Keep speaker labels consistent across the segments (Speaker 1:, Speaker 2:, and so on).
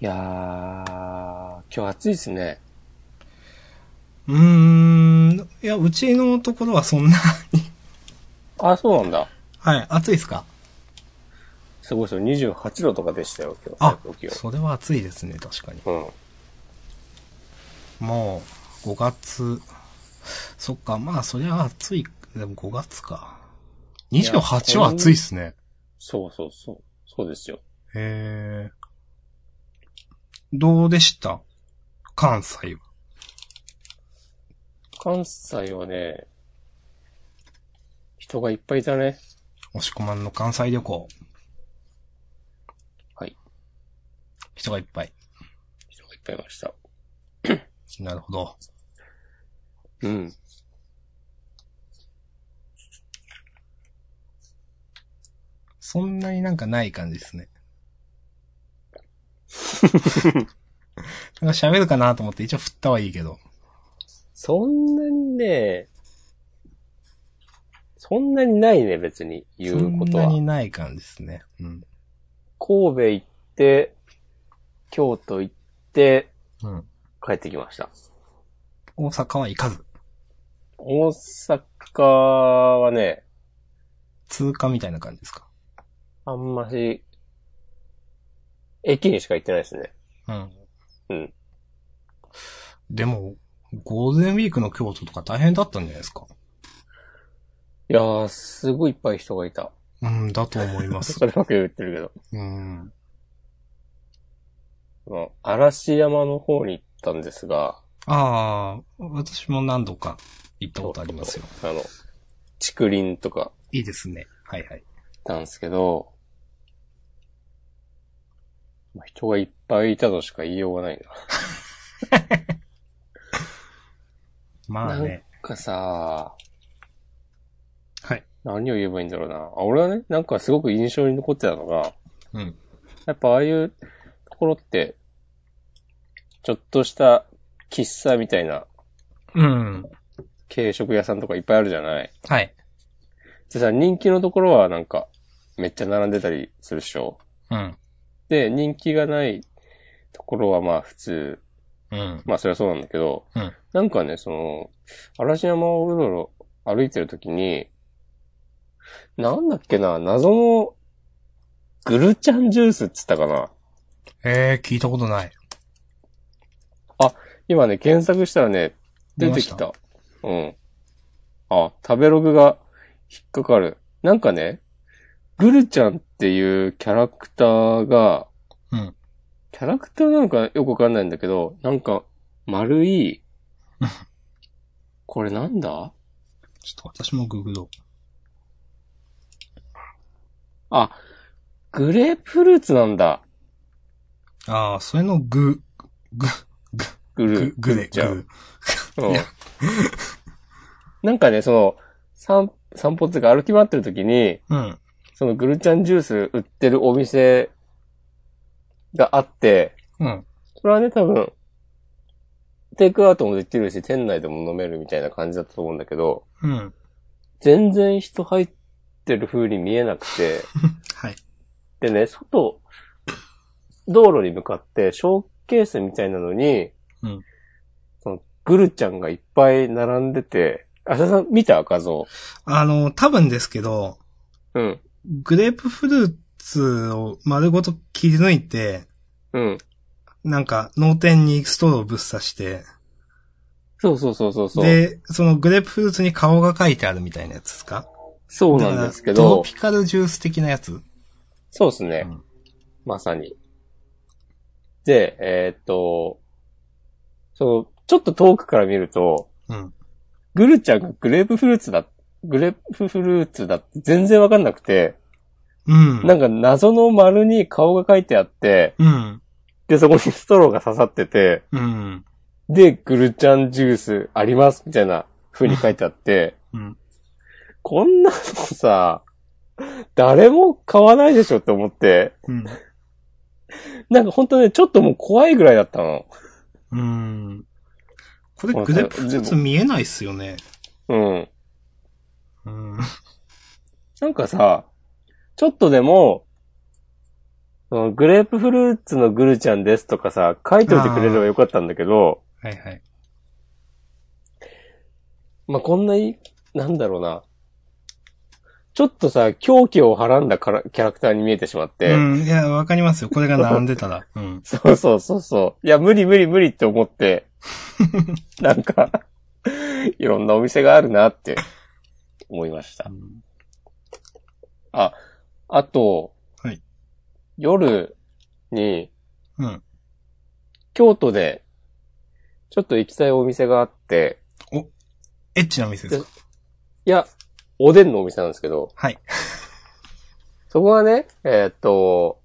Speaker 1: いやー、今日暑いですね。
Speaker 2: うーん、いや、うちのところはそんな
Speaker 1: あ、そうなんだ。
Speaker 2: はい、暑いですか
Speaker 1: すごいですよ。28度とかでしたよ、今日。
Speaker 2: あ
Speaker 1: 最高、気温
Speaker 2: それは暑いですね、確かに。
Speaker 1: うん。
Speaker 2: もう、5月、そっか、まあ、そりゃ暑い、でも5月か。28は暑いっすね。
Speaker 1: そうそうそう。そうですよ。
Speaker 2: へえ。どうでした関西は。
Speaker 1: 関西はね、人がいっぱいいたね。
Speaker 2: 押し込まんの関西旅行。
Speaker 1: はい。
Speaker 2: 人がいっぱい。
Speaker 1: 人がいっぱいいました。
Speaker 2: なるほど。
Speaker 1: うん。
Speaker 2: そんなになんかない感じで すね。なんか喋るかなと思って一応振ったはいいけど。
Speaker 1: そんなにね、そんなにないね、別に。言うことは
Speaker 2: そんな。にない感じですね。うん。
Speaker 1: 神戸行って、京都行って、
Speaker 2: うん。
Speaker 1: 帰ってきました。
Speaker 2: 大阪は行かず。
Speaker 1: 大阪はね、
Speaker 2: 通過みたいな感じですか。
Speaker 1: あんまし、駅にしか行ってないですね。
Speaker 2: うん。
Speaker 1: うん。
Speaker 2: でも、ゴールデンウィークの京都とか大変だったんじゃないですか。
Speaker 1: いやー、すごいいっぱい人がいた。
Speaker 2: うん、だと思います
Speaker 1: そ。ればっかり言ってる
Speaker 2: うん。
Speaker 1: けど。まあ嵐山の方に行ったんですが、
Speaker 2: ああ、私も何度か行ったことありますよ。
Speaker 1: あの、竹林とか
Speaker 2: いいですね。はいは
Speaker 1: 行
Speaker 2: い。
Speaker 1: ったんですけど、まあ人がいっぱいいたとしか言いようがないな。
Speaker 2: まあね。
Speaker 1: なんかさ、
Speaker 2: はい。
Speaker 1: 何を言えばいいんだろうな。あ俺はね、なんかすごく印象に残ってたのが、
Speaker 2: うん。
Speaker 1: やっぱああいうところって、ちょっとした喫茶みたいな
Speaker 2: うん。
Speaker 1: 軽食屋さんとかいっぱいあるじゃない。
Speaker 2: はい。
Speaker 1: でさ、人気のところはなんか、めっちゃ並んでたりするっしょ。
Speaker 2: うん。
Speaker 1: で、人気がないところはまあ普通、
Speaker 2: うん。
Speaker 1: まあそれはそうなんだけど、
Speaker 2: うん
Speaker 1: なんかね、その、嵐山をうろうろ歩いてるときに、なんだっけな、謎の、グルチャンジュースっつったかな。
Speaker 2: ええ聞いたことない。
Speaker 1: 今ね、検索したらね、出てきた。うん。あ、食べログが引っかかる。なんかね、グルちゃんっていうキャラクターが、
Speaker 2: うん
Speaker 1: キャラクターなのかよくわかんないんだけど、なんか、丸 い
Speaker 2: うん、
Speaker 1: これなんだ
Speaker 2: ちょっと私もググろ
Speaker 1: あ、グレープフルーツなんだ。
Speaker 2: う。ああ、それのグ、グ、グ、
Speaker 1: グル
Speaker 2: グ、。グで、
Speaker 1: じゃあ
Speaker 2: グ。
Speaker 1: うん
Speaker 2: いや
Speaker 1: なんかね、その、散散歩っていうか歩き回ってる時に、
Speaker 2: うん。
Speaker 1: そのグルチャンジュース売ってるお店があって、
Speaker 2: うん。
Speaker 1: それはね、多分、テイクアウトもできるし、店内でも飲めるみたいな感じだったと思うんだけど、
Speaker 2: うん。
Speaker 1: 全然人入ってる風に見えなくて、
Speaker 2: はい。
Speaker 1: でね、外、道路に向かって、ショーケースみたいなのに、
Speaker 2: うん
Speaker 1: そのグルちゃんがいっぱい並んでて、浅田さん見た画像。
Speaker 2: あの、多分ですけど、
Speaker 1: うん。
Speaker 2: グレープフルーツを丸ごと切り抜いて、
Speaker 1: うん。
Speaker 2: なんか、脳天にストローをぶっ刺して、
Speaker 1: そうそうそうそうそう。
Speaker 2: で、そのグレープフルーツに顔が書いてあるみたいなやつですか
Speaker 1: そうなんですけ
Speaker 2: だからトロ
Speaker 1: ど
Speaker 2: ピ、カルジュース的なやつ
Speaker 1: そうですね。
Speaker 2: うん
Speaker 1: まさに。で、えーっと、その、ちょっと遠くから見ると、
Speaker 2: うん。
Speaker 1: グルちゃんがグレープフルーツだ、グレープフルーツだって全然わかんなくて、
Speaker 2: うん。
Speaker 1: なんか謎の丸に顔が書いてあって、
Speaker 2: うん。
Speaker 1: で、そこにストローが刺さってて、
Speaker 2: うん。
Speaker 1: で、グルちゃんジュースあります、みたいな風に書いてあって、
Speaker 2: うん。
Speaker 1: こんなのさ、誰も買わないでしょって思って、
Speaker 2: うん。
Speaker 1: なんかほんとね、ちょっともう怖いぐらいだったの。
Speaker 2: うん。これグレープフルーツ見えないっすよね。
Speaker 1: うん。
Speaker 2: うん。
Speaker 1: なんかさ、ちょっとでも、うんグレープフルーツのグルちゃんですとかさ、書いといてくれればよかったんだけど、
Speaker 2: はいはい。
Speaker 1: まあ、こんない、なんだろうな。ちょっとさ、狂気をはらんだからキャラクターに見えてしまって、
Speaker 2: うん、いや、わかりますよ。これが並んでたら。うん。
Speaker 1: そうそうそうそう。いや、無理無理無理って思 って、なんか、いろんなお店があるなって思いました。あ、あと、
Speaker 2: はい
Speaker 1: 夜に
Speaker 2: うん。
Speaker 1: 京都でちょっと行きたいお店があって、
Speaker 2: エッチな店ですか
Speaker 1: いや、おでんのお店なんですけど、
Speaker 2: はい。
Speaker 1: そこはね、えーっと、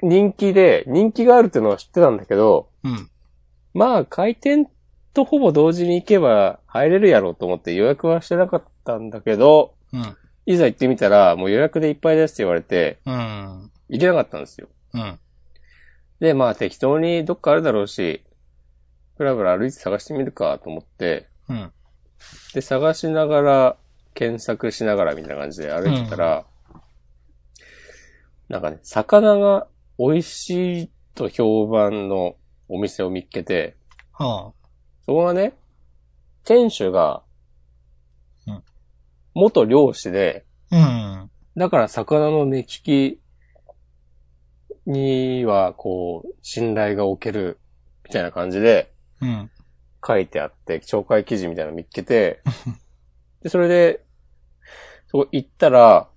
Speaker 1: 人気で、人気があるっていうのは知ってたんだけど、
Speaker 2: うん。
Speaker 1: まあ、開店とほぼ同時に行けば入れるやろうと思って予約はしてなかったんだけど、
Speaker 2: うん。
Speaker 1: いざ行ってみたら、もう予約でいっぱいですって言われて、
Speaker 2: うん。
Speaker 1: 行けなかったんですよ。
Speaker 2: うん。
Speaker 1: で、まあ適当にどっかあるだろうし、ぶらぶら歩いて探してみるかと思って、
Speaker 2: うん。
Speaker 1: で、探しながら、検索しながらみたいな感じで歩いてたら、なんかね、魚が美味しいと評判のお店を見っけて、
Speaker 2: は
Speaker 1: そこがね、店主が
Speaker 2: うん、
Speaker 1: 元漁師で、
Speaker 2: あ。うん。
Speaker 1: だから魚の目利きには、こう、信頼が置ける、みたいな感じで
Speaker 2: うん。
Speaker 1: 書いてあって、紹介記事みたいなの見っけ て、で、それで、そこ行ったら、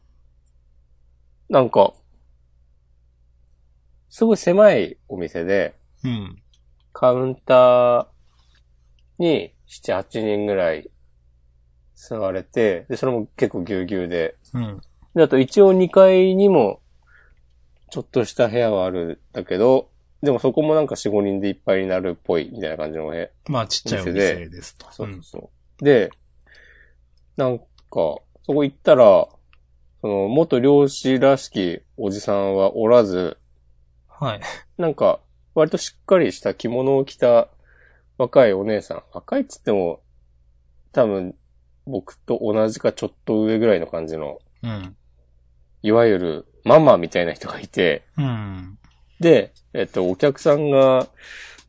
Speaker 1: なんか、すごい狭いお店で、
Speaker 2: うん。
Speaker 1: カウンターに7、8人ぐらい座れて、で、それも結構ぎゅうぎゅうで。
Speaker 2: うん。
Speaker 1: で、あと一応2階にも、ちょっとした部屋はあるんだけど、でもそこもなんか4、5人でいっぱいになるっぽい、みたいな感じの部屋。
Speaker 2: まあ、ちっちゃいお店ですと。
Speaker 1: そう
Speaker 2: う。
Speaker 1: そうんそう。で、なんか、そこ行ったら、その、元漁師らしきおじさんはおらず、
Speaker 2: はい。
Speaker 1: なんか、割としっかりした着物を着た若いお姉さん。若いっつっても、多分、僕と同じかちょっと上ぐらいの感じの、
Speaker 2: うん。
Speaker 1: いわゆるママみたいな人がいて、
Speaker 2: うん。
Speaker 1: で、えっと、お客さんが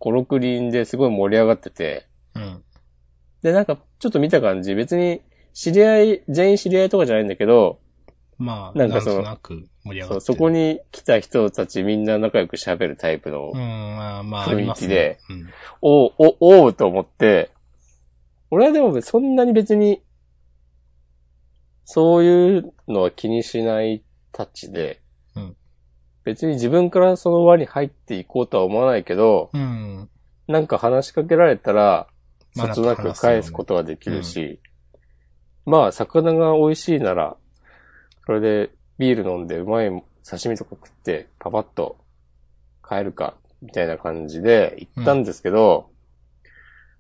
Speaker 1: 5、6人ですごい盛り上がってて、
Speaker 2: うん。
Speaker 1: で、なんか、ちょっと見た感じ、別に、知り合い、全員知り合いとかじゃないんだけど、
Speaker 2: まあ、
Speaker 1: な
Speaker 2: なんん
Speaker 1: か
Speaker 2: か
Speaker 1: その
Speaker 2: となく盛り上がって
Speaker 1: そ
Speaker 2: る
Speaker 1: うそこ。に来た人たちみんな仲良く喋るタイプの
Speaker 2: うん、まあ、ま
Speaker 1: 雰囲
Speaker 2: あ、
Speaker 1: 気
Speaker 2: ありますね
Speaker 1: で。おう、お、おうと思って、俺はでもそんなに別に、そういうのは気にしないたちで、
Speaker 2: うん
Speaker 1: 別に自分からその輪に入っていこうとは思わないけど、
Speaker 2: うん。うん。
Speaker 1: なんか話しかけられたら、
Speaker 2: まあ
Speaker 1: そつなく返すことができるし、まあ、魚が美味しいなら、それでビール飲んでうまい刺身とか食って、パパッと帰るか、みたいな感じで行ったんですけど、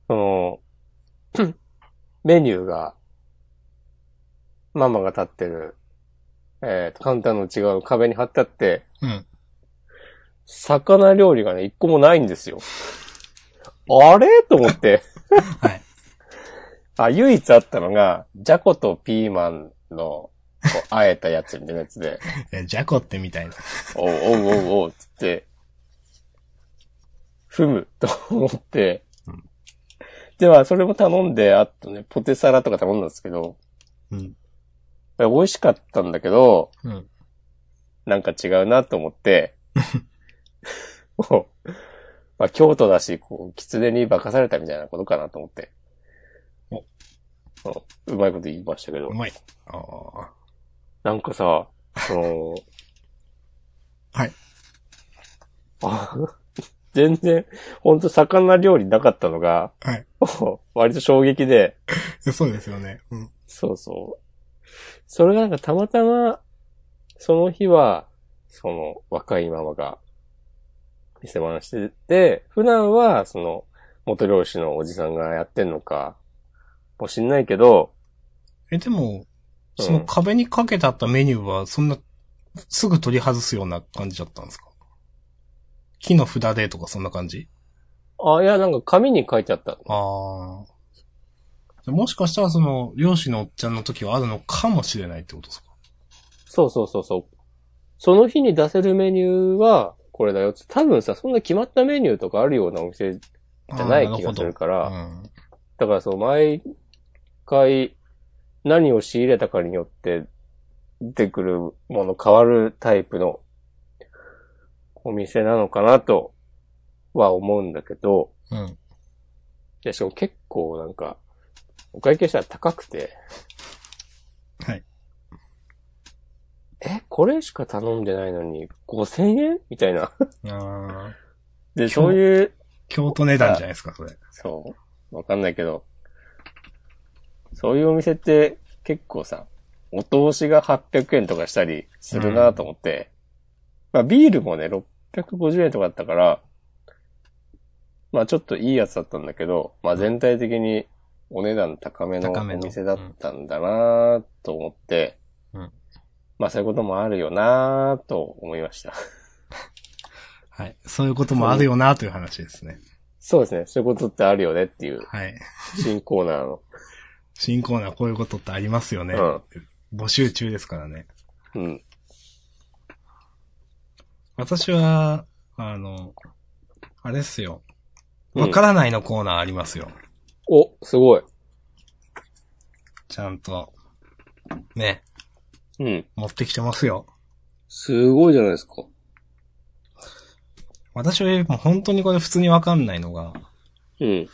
Speaker 1: その、 メニューが、ママが立ってる、えーと、カウンターの内側の壁に貼ってあって、
Speaker 2: うん。
Speaker 1: 魚料理がね、一個もないんですよ。あれと思って。
Speaker 2: はい。
Speaker 1: あ、唯一あったのが、じゃことピーマンの、こう、あえたやつみたいなやつで、
Speaker 2: え、ジャコってみたいな。
Speaker 1: おうおうおうおう、つって、ふむ、と思って
Speaker 2: うん。
Speaker 1: では、それも頼んで、あとね、ポテサラとか頼んだんですけど、
Speaker 2: うん。
Speaker 1: 美味しかったんだけど、
Speaker 2: うん。
Speaker 1: なんか違うなと思 って、もう、まあ、京都だし、こう、狐に化かされたみたいなことかなと思って。
Speaker 2: お
Speaker 1: うんうまいこと言いましたけど
Speaker 2: う。まい。ああ。
Speaker 1: なんかさ、その、
Speaker 2: はい
Speaker 1: あ。 全然、ほんと魚料理なかったのが、
Speaker 2: はい
Speaker 1: もう 割と衝撃で、
Speaker 2: え そうですよね。うん。
Speaker 1: そうそう。それがなんかたまたま、その日は、その若いママが、店番してて、普段は、その、元漁師のおじさんがやってんのか、もしんないけど、
Speaker 2: え、でも、
Speaker 1: うん
Speaker 2: その壁にかけてあったメニューは、そんな、すぐ取り外すような感じだったんですか木の札でとかそんな感じ
Speaker 1: あ、いや、なんか紙に書いてあった。
Speaker 2: ああ。もしかしたらその、漁師のおっちゃんの時はあるのかもしれないってことですか
Speaker 1: そうそうそうそう。その日に出せるメニューは、これだよって。多分さ、そんな決まったメニューとかあるようなお店じゃない気がするか
Speaker 2: あ
Speaker 1: ら、
Speaker 2: ーなるほどうん
Speaker 1: だからそう、毎回何を仕入れたかによって出てくるもの変わるタイプのお店なのかなとは思うんだけど、
Speaker 2: うん。
Speaker 1: いや、しかも結構なんか、お会計したら高くて、
Speaker 2: はい。
Speaker 1: え、これしか頼んでないのに5000円みたいな。
Speaker 2: あー
Speaker 1: で、
Speaker 2: 日
Speaker 1: そういう、
Speaker 2: 京都値段じゃないですか、それ。
Speaker 1: そう。わかんないけど、そういうお店って結構さ、お通しが800円とかしたりするなと思って、まあビールもね、650円とかだったから、まあちょっといいやつだったんだけど、まあ全体的にお値段高めのお
Speaker 2: 高めの
Speaker 1: 店だったんだなと思って、
Speaker 2: うん
Speaker 1: まあそういうこともあるよなと思いました。
Speaker 2: はい。そういうこともあるよな、という話ですね。
Speaker 1: そうですね、そういうことってあるよねっていう
Speaker 2: はい。
Speaker 1: 新コーナーの。
Speaker 2: 新コーナーこういうことってありますよね。
Speaker 1: うん
Speaker 2: 募集中ですからね。
Speaker 1: うん。
Speaker 2: 私は、あの、あれっすよ。
Speaker 1: うん
Speaker 2: わからないのコーナーありますよ。
Speaker 1: お、すごい。
Speaker 2: ちゃんと。ね。
Speaker 1: うん。
Speaker 2: 持ってきてますよ。
Speaker 1: すごいじゃないですか。
Speaker 2: 私はもう本当にこれ普通にわかんないのが、
Speaker 1: うん。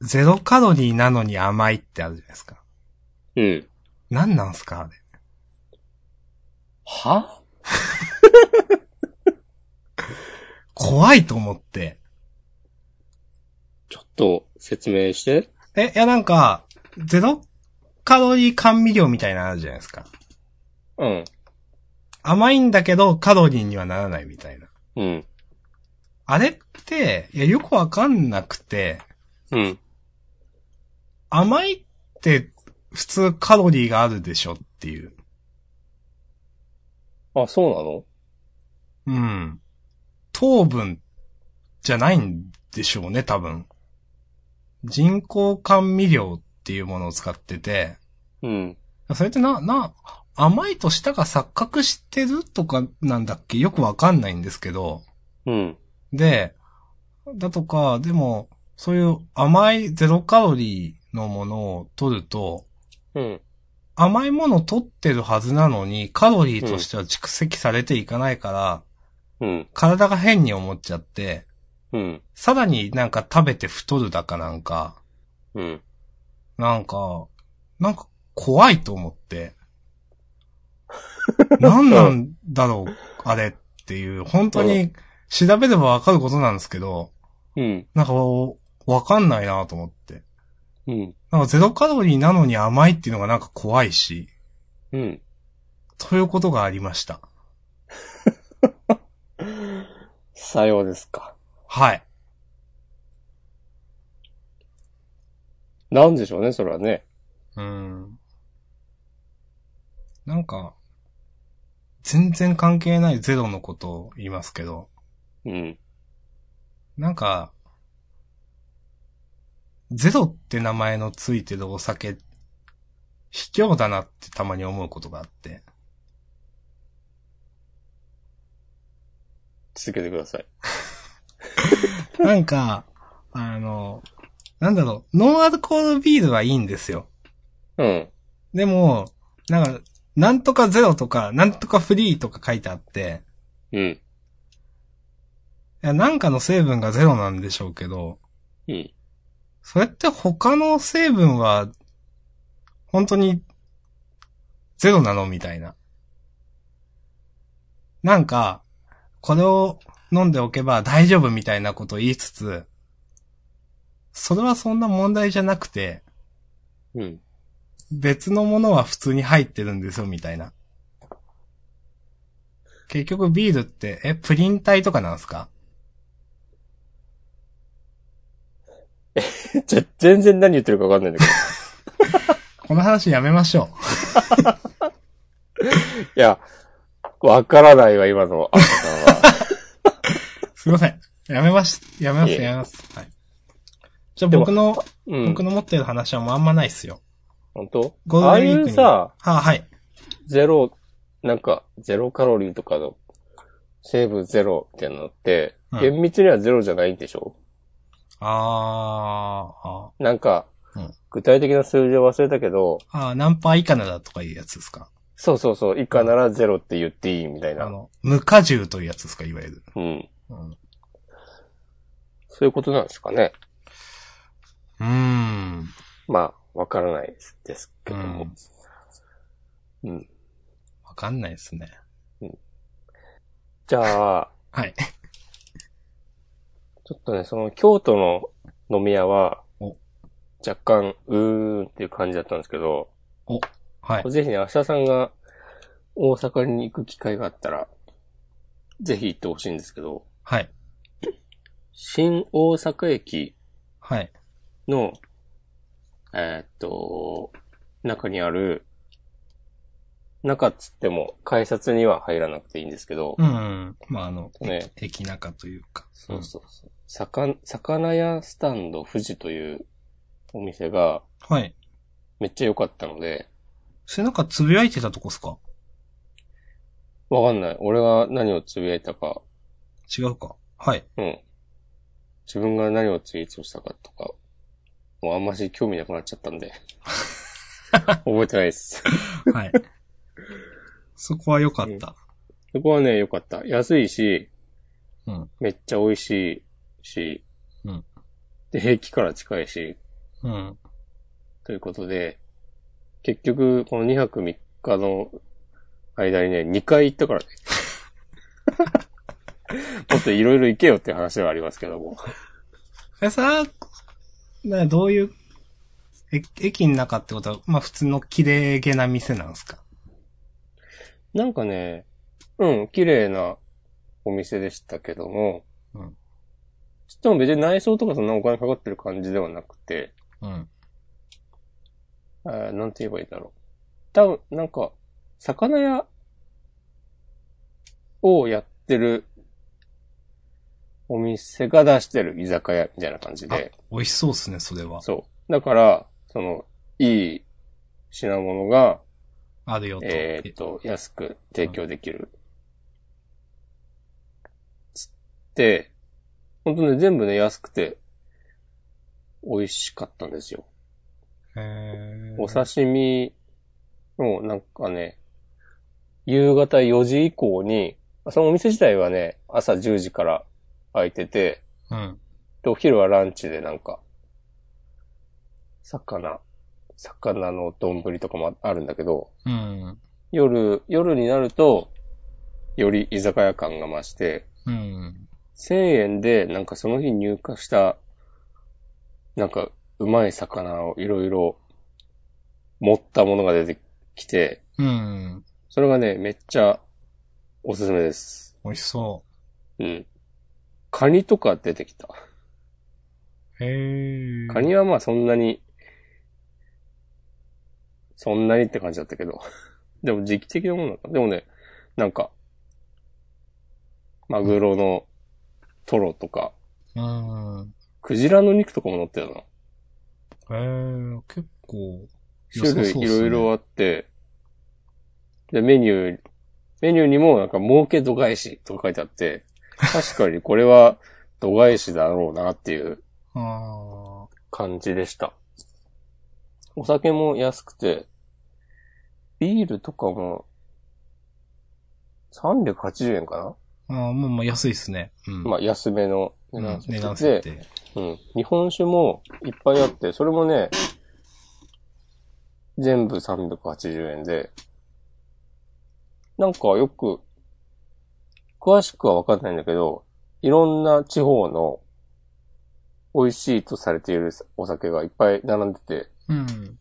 Speaker 2: ゼロカロリーなのに甘いってあるじゃないですか。
Speaker 1: うん。
Speaker 2: 何なんすかあれ。
Speaker 1: は
Speaker 2: 怖いと思って。
Speaker 1: ちょっと説明して。
Speaker 2: え、いやなんか、ゼロカロリー甘味料みたいなのあるじゃないですか。
Speaker 1: うん。
Speaker 2: 甘いんだけどカロリーにはならないみたいな。
Speaker 1: うん。
Speaker 2: あれって、いやよくわかんなくて、
Speaker 1: うん。
Speaker 2: 甘いって普通カロリーがあるでしょっていう。
Speaker 1: あ、そうなの
Speaker 2: うん。糖分じゃないんでしょうね、多分。人工甘味料っていうものを使ってて、
Speaker 1: うん。
Speaker 2: それってな、な、甘いと舌が錯覚してるとかなんだっけよくわかんないんですけど、
Speaker 1: うん。
Speaker 2: で、だとか、でも、そういう甘いゼロカロリーのものを取ると、
Speaker 1: うん。
Speaker 2: 甘いものを取ってるはずなのに、カロリーとしては蓄積されていかないから、
Speaker 1: うん。
Speaker 2: 体が変に思っちゃって、
Speaker 1: うん。
Speaker 2: さらになんか食べて太るだかなんか、
Speaker 1: うん。
Speaker 2: なんか、なんか怖いと思って。何なんだろう、あれっていう、本当に調べればわかることなんですけど、
Speaker 1: うん。
Speaker 2: なんかわわかんないなと思って。
Speaker 1: うん。
Speaker 2: なんかゼロカロリーなのに甘いっていうのがなんか怖いし、
Speaker 1: うん。
Speaker 2: ということがありました。
Speaker 1: さようですか。
Speaker 2: はい。
Speaker 1: なんでしょうね、それはね。
Speaker 2: うん。なんか、全然関係ないゼロのことを言いますけど、
Speaker 1: うん。
Speaker 2: なんか、ゼロって名前のついてるお酒、卑怯だなってたまに思うことがあって。
Speaker 1: 続けてください。
Speaker 2: なんか、あの、なんだろう、ノンアルコールビールはいいんですよ。
Speaker 1: うん。
Speaker 2: でも、なんか、なんとかゼロとか、なんとかフリーとか書いてあって、
Speaker 1: うん。
Speaker 2: いや、なんかの成分がゼロなんでしょうけど、
Speaker 1: うん。
Speaker 2: それって他の成分は、本当に、ゼロなのみたいな。なんか、これを飲んでおけば大丈夫みたいなことを言いつつ、それはそんな問題じゃなくて、
Speaker 1: うん。
Speaker 2: 別のものは普通に入ってるんですよ、みたいな。結局ビールって、え、プリン体とかなんですか
Speaker 1: じゃ、全然何言ってるかわかんないんだけ
Speaker 2: この話やめましょ
Speaker 1: ど。いや、わからないわ、今のあささんは。
Speaker 2: う。すいません。やめます。やめます、
Speaker 1: いえ
Speaker 2: やめます。はい。じゃあ
Speaker 1: でも
Speaker 2: 僕の
Speaker 1: うん
Speaker 2: 僕。の持ってる話はもうあんまないっすよ。
Speaker 1: 本当
Speaker 2: ゴ
Speaker 1: あ
Speaker 2: ー
Speaker 1: あ
Speaker 2: ルデ
Speaker 1: い
Speaker 2: ンウィーク
Speaker 1: う
Speaker 2: に
Speaker 1: さ、
Speaker 2: はあ、はい。
Speaker 1: ゼロなんか、ゼロカロリーとかの、成分ゼロみたいなのって、
Speaker 2: うん
Speaker 1: 厳密にはゼロじゃないんでしょ、
Speaker 2: あー、あ
Speaker 1: なんか
Speaker 2: うん、
Speaker 1: 具体的な数字を忘れたけど、
Speaker 2: あー、何パー以下ならとかいうやつですか
Speaker 1: そうそうそう、以下ならゼロって言っていいみたい
Speaker 2: あ
Speaker 1: な。
Speaker 2: の、無果汁というやつですかいわゆる。
Speaker 1: うん。
Speaker 2: うん。う
Speaker 1: そういうことなんですかね。
Speaker 2: ーん。
Speaker 1: まあ、わからないですですけども。うん。
Speaker 2: わかんないですね。
Speaker 1: じゃあ、
Speaker 2: はい。
Speaker 1: ちょっとね、その京都の飲み屋は
Speaker 2: お、
Speaker 1: 若干、うーんっていう感じだったんですけど、
Speaker 2: はい。
Speaker 1: ぜひね、明日さんが大阪に行く機会があったら、ぜひ行ってほしいんですけど、
Speaker 2: はい。
Speaker 1: 新大阪駅
Speaker 2: はい。
Speaker 1: の、えーっと、中にある、中っつっても改札には入らなくていいんですけど、
Speaker 2: うん。まあ、あの、
Speaker 1: ね
Speaker 2: 駅中というか。
Speaker 1: そうそうそう。魚、魚屋スタンド富士というお店が
Speaker 2: うん。はい。
Speaker 1: めっちゃ良かったので、
Speaker 2: それなんかつぶやいてたとこっすか
Speaker 1: わかんない。俺が何をつぶやいたか、
Speaker 2: 違うか。はい。
Speaker 1: うん。自分が何をツイートしたかとか、もうあんまし興味なくなっちゃったん で。覚えてないです。
Speaker 2: はい。そこは良かった。
Speaker 1: そこはね、良かった。安いし、
Speaker 2: うん
Speaker 1: めっちゃ美味しいし、
Speaker 2: うん
Speaker 1: で、平気から近いし、
Speaker 2: うん。
Speaker 1: ということで、結局、この2泊3日の間にね、2回行った からね。もっといろいろ行けよっていう話ではありますけども。
Speaker 2: え、さ、な、どういう、え駅の中ってことは、まあ普通の綺麗げな店なんですか
Speaker 1: なんかね、うん、綺麗なお店でしたけども、
Speaker 2: うん
Speaker 1: ちょっと別に内装とかそんなお金かかってる感じではなくて、
Speaker 2: うん。
Speaker 1: あーなんて言えばいいんだろう。多分、なんか、魚屋をやってるお店が出してる居酒屋みたいな感じ
Speaker 2: あ
Speaker 1: で、、
Speaker 2: 美味しそうですね、それは。
Speaker 1: そう。だから、その、いい品物が、
Speaker 2: あるよと。
Speaker 1: えーっと、安く提供できる。つって、本当ね、全部ね、安くて、美味しかったんですよ。
Speaker 2: えー
Speaker 1: お刺身の、なんかね、夕方4時以降に、そのお店自体はね、朝10時から開いてて、
Speaker 2: うん。
Speaker 1: で、お昼はランチでなんか、魚、魚の丼とかもああるんだけど、
Speaker 2: うん。
Speaker 1: 夜、夜になると、より居酒屋感が増して、
Speaker 2: うん。
Speaker 1: 1000円で、なんかその日入荷した、なんか、うまい魚をいろいろ、持ったものが出てきて、
Speaker 2: うん。
Speaker 1: それがね、めっちゃ、おすすめです。
Speaker 2: 美味しそ
Speaker 1: うん。カニとか出てきた。
Speaker 2: う。へえ。
Speaker 1: カニはまあそんなに、そんなにって感じだったけど。 でも時期的なものだった。でもね、なんか、マグロのトロとか、
Speaker 2: うん。
Speaker 1: クジラの肉とかも乗ってたの。
Speaker 2: へえ、結構。
Speaker 1: 種類
Speaker 2: 良さそうっ
Speaker 1: い
Speaker 2: すね
Speaker 1: ろいろあって、で、メニュー、メニューにもなんか、儲け度外視とか書いてあって、確かにこれは度外視だろうなっていう
Speaker 2: あ
Speaker 1: 感じでした。お酒も安くて、ビールとかも、380円か
Speaker 2: ーあー、まあまあ安いですね。うん。
Speaker 1: なまあ、安めの値
Speaker 2: うん
Speaker 1: 段
Speaker 2: 値段
Speaker 1: 設
Speaker 2: 設
Speaker 1: 定で、
Speaker 2: 定。
Speaker 1: うん。日本酒もいっぱいあって、それもね、全部380円で、なんかよく、詳しくはわかんないんだけど、いろんな地方の美味しいとされているお酒がいっぱい並んでて、
Speaker 2: うん。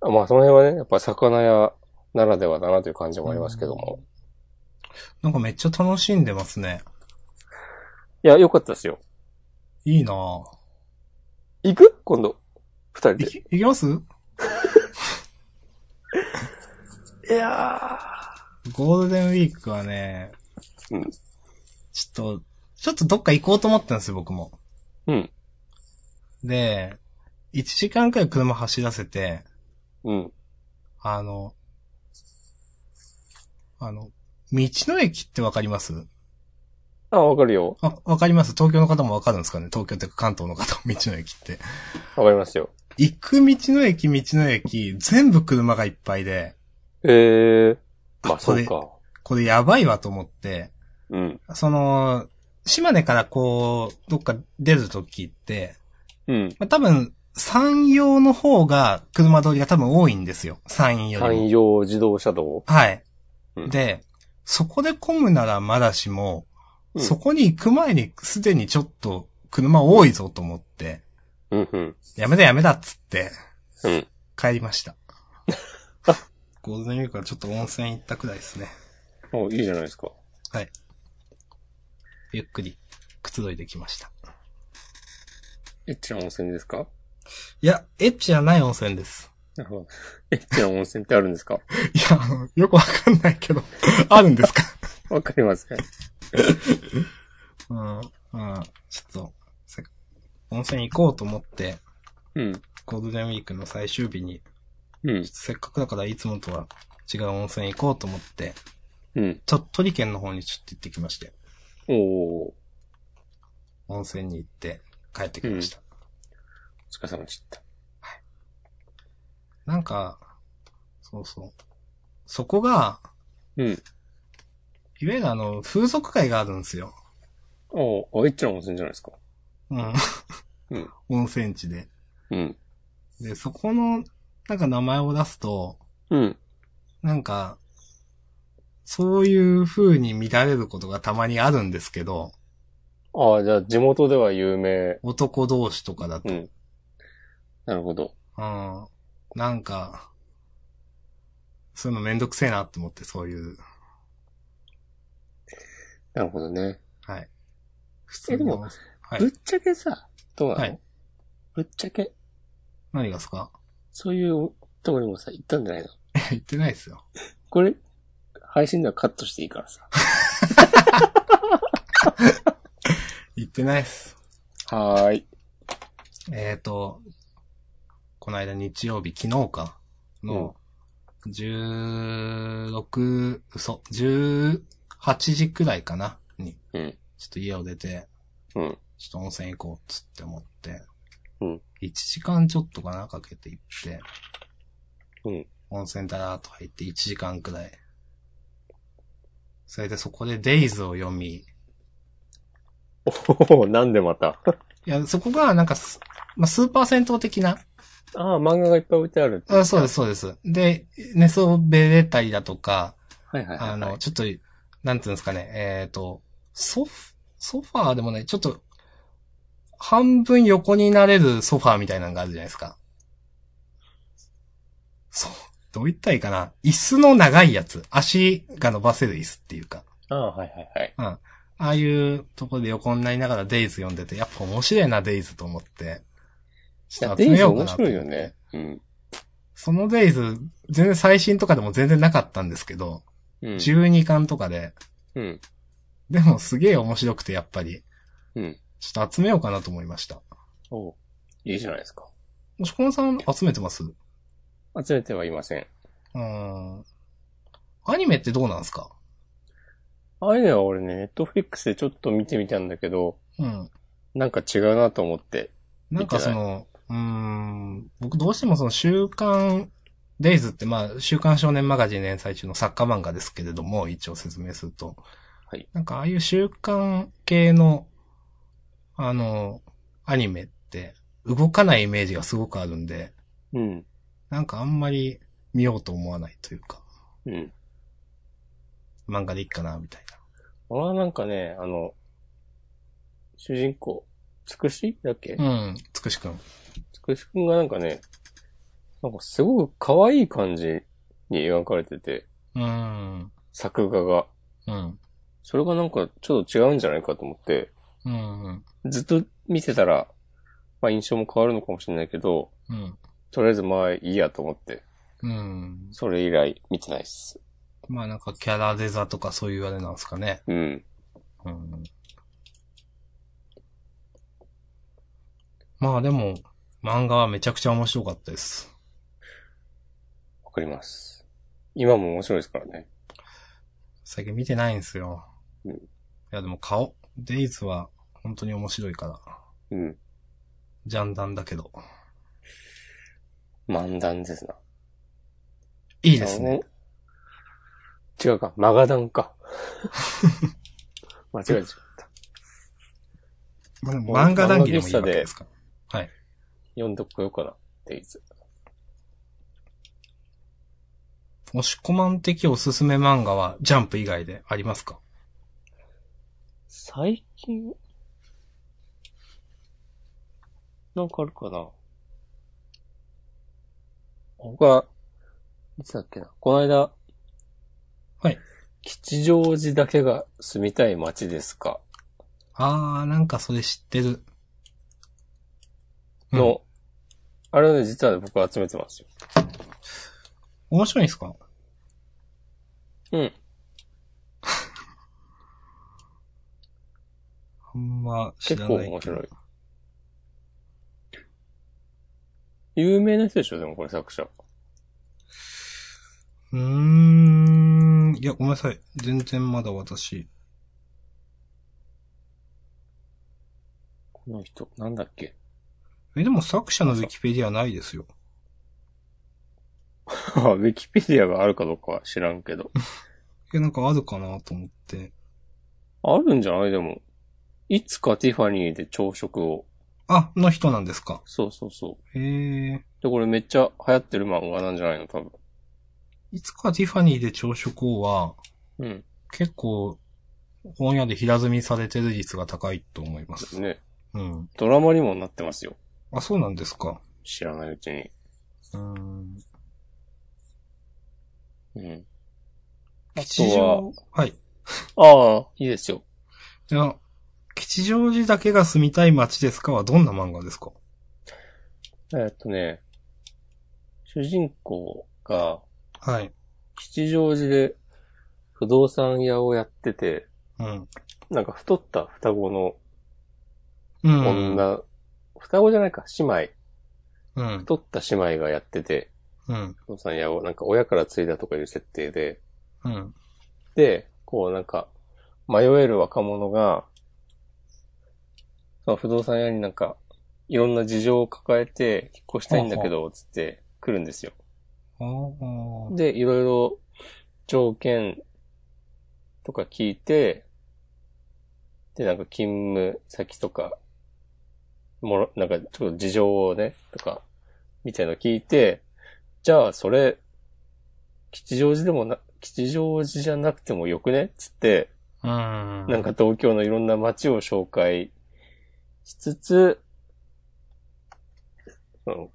Speaker 1: あまあ、その辺はね、やっぱ魚屋ならではだなという感じもありますけども。
Speaker 2: なんかめっちゃ楽しんでますね。
Speaker 1: いや、良かったですよ。
Speaker 2: いいなぁ。
Speaker 1: 行く今度。二人
Speaker 2: い
Speaker 1: で。
Speaker 2: き、いきます
Speaker 1: いや
Speaker 2: ゴールデンウィークはね、
Speaker 1: うん
Speaker 2: ちょっと、ちょっとどっか行こうと思ったんですよ、僕も。
Speaker 1: うん。
Speaker 2: で、1時間くらい車走らせて、
Speaker 1: うん。
Speaker 2: あの、あの、道の駅ってわかります
Speaker 1: あ、わかるよ。
Speaker 2: あ、わかります東京の方もわかるんですかね東京っていうか関東の方も道の駅って。
Speaker 1: わかりますよ。
Speaker 2: 行く道の駅、道の駅、全部車がいっぱいで、
Speaker 1: ええまあ、
Speaker 2: こ
Speaker 1: そ
Speaker 2: れ
Speaker 1: うか。
Speaker 2: これやばいわと思って、
Speaker 1: うん。
Speaker 2: その、島根からこう、どっか出るときって、
Speaker 1: うん。
Speaker 2: まあ、多分、山陽の方が車通りが多分多いんですよ。山陰よりも。
Speaker 1: 山陽自動車道。
Speaker 2: はい。
Speaker 1: うん
Speaker 2: で、そこで混むならまだしも、
Speaker 1: うん
Speaker 2: そこに行く前にすでにちょっと車多いぞと思って、
Speaker 1: うん、うん。
Speaker 2: やめだやめだっつって
Speaker 1: うん。
Speaker 2: 帰りました。ゴールデンウィークはちょっと温泉行ったくらいですね。
Speaker 1: おいいじゃないですか。
Speaker 2: ゆっくりくつろいできました。
Speaker 1: エッチな温泉ですか
Speaker 2: いや、エッチじゃない温泉です。
Speaker 1: なるほどエッチな温泉ってあるんですか
Speaker 2: いや、あの、よくわかんないけど、あるんですか
Speaker 1: わかりません。
Speaker 2: うん、うん、ちょっと、せ温泉行こうと思って、
Speaker 1: うん。
Speaker 2: ゴールデンウィークの最終日に
Speaker 1: うん。
Speaker 2: せっかくだからいつもとは違う温泉行こうと思って、
Speaker 1: うん。
Speaker 2: 鳥取県の方にちょっと行ってきまして、
Speaker 1: おー。
Speaker 2: 温泉に行って帰ってきました。
Speaker 1: お疲れ様でした。
Speaker 2: なんか、そうそう。そこが、
Speaker 1: うん。
Speaker 2: いわゆるあの、風俗会があるんですよ。
Speaker 1: おー、あエッチな温泉じゃないですか。
Speaker 2: うん。
Speaker 1: うん。
Speaker 2: 温泉地で。
Speaker 1: うん。
Speaker 2: で、そこの、なんか名前を出すと、
Speaker 1: うん。
Speaker 2: なんか、そういう風に見られることがたまにあるんですけど、
Speaker 1: ああ、じゃあ地元では有名。
Speaker 2: 男同士とかだと
Speaker 1: う。ん。なるほど。
Speaker 2: うん。なんか、そういうのめんどくせえなって思って、そういう。
Speaker 1: なるほどね。
Speaker 2: はい。普
Speaker 1: えでも
Speaker 2: のはい
Speaker 1: ぶっ。ちゃけさ、どうなの、
Speaker 2: はい
Speaker 1: ぶっちゃけ、
Speaker 2: 何がですか
Speaker 1: そういうとこにもさ、行ったんじゃないの
Speaker 2: 言ってないですよ。
Speaker 1: これ、配信ではカットしていいからさ。
Speaker 2: 言ってないです。
Speaker 1: はーい。
Speaker 2: えっ、ー、と、この間日曜日、昨日か、の、16、嘘、18時くらいかな、に、
Speaker 1: うん。
Speaker 2: ちょっと家を出て、
Speaker 1: うん。
Speaker 2: ちょっと温泉行こうっつって思って、
Speaker 1: うん
Speaker 2: 1時間ちょっとかな、かけて行って、
Speaker 1: うん
Speaker 2: 温泉だらーっと入って1時間くらい。それでそこでデイズを読み、
Speaker 1: おおなんでまた。
Speaker 2: いや、そこがなんかす、まあ、スーパー銭湯的な、
Speaker 1: ああ、漫画がいっぱい置いてあるって。
Speaker 2: あそうです、そうです。で、寝そべれたりだとか、
Speaker 1: はいはいはい、はい。
Speaker 2: あの、ちょっと、なんていうんですかね、えっ、と、ソフ、ソファーでもない、ちょっと、半分横になれるソファーみたいなのがあるじゃないですか。そう。どう言ったらいいかな。椅子の長いやつ。足が伸ばせる椅子っていうか。
Speaker 1: ああ、はいはいはい。
Speaker 2: ああいうところで横になりながらデイズ読んでて、やっぱ面白いな、デイズと思って。
Speaker 1: い
Speaker 2: ちょ
Speaker 1: や
Speaker 2: っと
Speaker 1: デ
Speaker 2: 集
Speaker 1: イ
Speaker 2: め
Speaker 1: ズ
Speaker 2: ようか
Speaker 1: 面
Speaker 2: なと
Speaker 1: 白
Speaker 2: 思っ
Speaker 1: い
Speaker 2: て
Speaker 1: よね。うん。
Speaker 2: そのデイズ、全然最新とかでも全然なかったんですけど、
Speaker 1: うん。
Speaker 2: 12巻とかで、
Speaker 1: うん。
Speaker 2: でもすげえ面白くてやっぱり、
Speaker 1: うん。
Speaker 2: ちょっと集めようかなと思いました。
Speaker 1: おういいじゃないですか。
Speaker 2: もしこのさん集めてますう
Speaker 1: 集めてはいません。
Speaker 2: ーん。アニメってどうなんですか
Speaker 1: ああいうのは俺ね、ネットフリックスでちょっと見てみたんだけど、
Speaker 2: うん。
Speaker 1: なんか違うなと思って。
Speaker 2: なんかその、うーん、僕どうしてもその週刊デイズってまあ、週刊少年マガジン連載中の作家漫画ですけれども、一応説明すると。
Speaker 1: はい。
Speaker 2: なんかああいう週刊系の、あの、アニメって動かないイメージがすごくあるんで、
Speaker 1: うん。
Speaker 2: なんかあんまり見ようと思わないというか、
Speaker 1: うん。
Speaker 2: 漫画でいいかな、みたいな。
Speaker 1: 俺はなんかね、あの、主人公、つくしだっけ、
Speaker 2: うん、つくしくん。
Speaker 1: つくしくんがなんかね、なんかすごく可愛い感じに描かれてて、
Speaker 2: うん、
Speaker 1: 作画が。
Speaker 2: うん、
Speaker 1: それがなんかちょっと違うんじゃないかと思って、
Speaker 2: うん、
Speaker 1: ずっと見てたら、まあ印象も変わるのかもしれないけど、
Speaker 2: うん、
Speaker 1: とりあえずまあいいやと思って、
Speaker 2: うん。
Speaker 1: それ以来見てないっす。
Speaker 2: まあなんかキャラデザとかそういうあれなんですかね。
Speaker 1: うん。
Speaker 2: うん。まあでも、漫画はめちゃくちゃ面白かったです。
Speaker 1: わかります。今も面白いですからね。
Speaker 2: 最近見てないんですよ。
Speaker 1: うん
Speaker 2: いや、でも顔、デイズは本当に面白いから。
Speaker 1: うん。
Speaker 2: ジャンダンだけど。
Speaker 1: 漫談ですな。
Speaker 2: い
Speaker 1: い
Speaker 2: いですね。。
Speaker 1: 違うか、マガダンか。間違えちゃった。
Speaker 2: まあで
Speaker 1: 漫
Speaker 2: も
Speaker 1: 画
Speaker 2: 漫画談義でもいいわけですか。
Speaker 1: 読んどこようかな、デイズ。
Speaker 2: 押し込まん的おすすめ漫画はジャンプ以外でありますか
Speaker 1: 最近、なんかあるかな他、いつだっけなこの間、
Speaker 2: はい。
Speaker 1: 吉祥寺だけが住みたい街ですか
Speaker 2: あー、なんかそれ知ってる。うん
Speaker 1: の、あれをね、実はね僕集めてますよ。
Speaker 2: 面白いんですか
Speaker 1: うん。
Speaker 2: あんま知
Speaker 1: 結
Speaker 2: ら
Speaker 1: 構
Speaker 2: ない
Speaker 1: 面
Speaker 2: けど。
Speaker 1: 白い。有名な人でしょでもこれ作者。
Speaker 2: うーん。いや、ごめんなさい。全然まだ私。
Speaker 1: この人、なんだっけ
Speaker 2: え、でも作者のウィキペディアないですよ。
Speaker 1: ウィキペディアがあるかどうかは知らんけど。
Speaker 2: いや、なんかあるかなと思って。
Speaker 1: あるんじゃないでも。いつかティファニーで朝食を。
Speaker 2: あ、の人なんですか。
Speaker 1: そうそうそう。
Speaker 2: へー。
Speaker 1: で、これめっちゃ流行ってる漫画なんじゃないの多分。
Speaker 2: いつかティファニーで朝食をは、
Speaker 1: うん。
Speaker 2: 結構、本屋で平積みされてる率が高いと思います。
Speaker 1: ね。
Speaker 2: うん。
Speaker 1: ドラマにもなってますよ。
Speaker 2: あ、そうなんですか。
Speaker 1: 知らないうちに。
Speaker 2: うーん。
Speaker 1: うん。
Speaker 2: 吉祥、はい。
Speaker 1: ああ、いいですよ。
Speaker 2: じゃあ、吉祥寺だけが住みたい街ですかはどんな漫画ですか
Speaker 1: えーっとね、主人公が
Speaker 2: はい。
Speaker 1: 吉祥寺で不動産屋をやってて、
Speaker 2: うん。
Speaker 1: なんか太った双子の
Speaker 2: うん。
Speaker 1: 女、双子じゃないか、姉妹。
Speaker 2: うん。
Speaker 1: 太った姉妹がやってて、
Speaker 2: うん。
Speaker 1: 不動産屋をなんか親から継いだとかいう設定で、
Speaker 2: うん。
Speaker 1: で、こうなんか、迷える若者が、その不動産屋になんか、いろんな事情を抱えて、引っ越したいんだけど、つって来るんですよ。
Speaker 2: ああ。
Speaker 1: で、いろいろ条件とか聞いて、で、なんか勤務先とか、もろ、なんかちょっと事情をね、とか、みたいなの聞いて、じゃあそれ、吉祥寺でもな、吉祥寺じゃなくてもよくねっつって、
Speaker 2: うん。
Speaker 1: なんか東京のいろんな街を紹介しつつ、その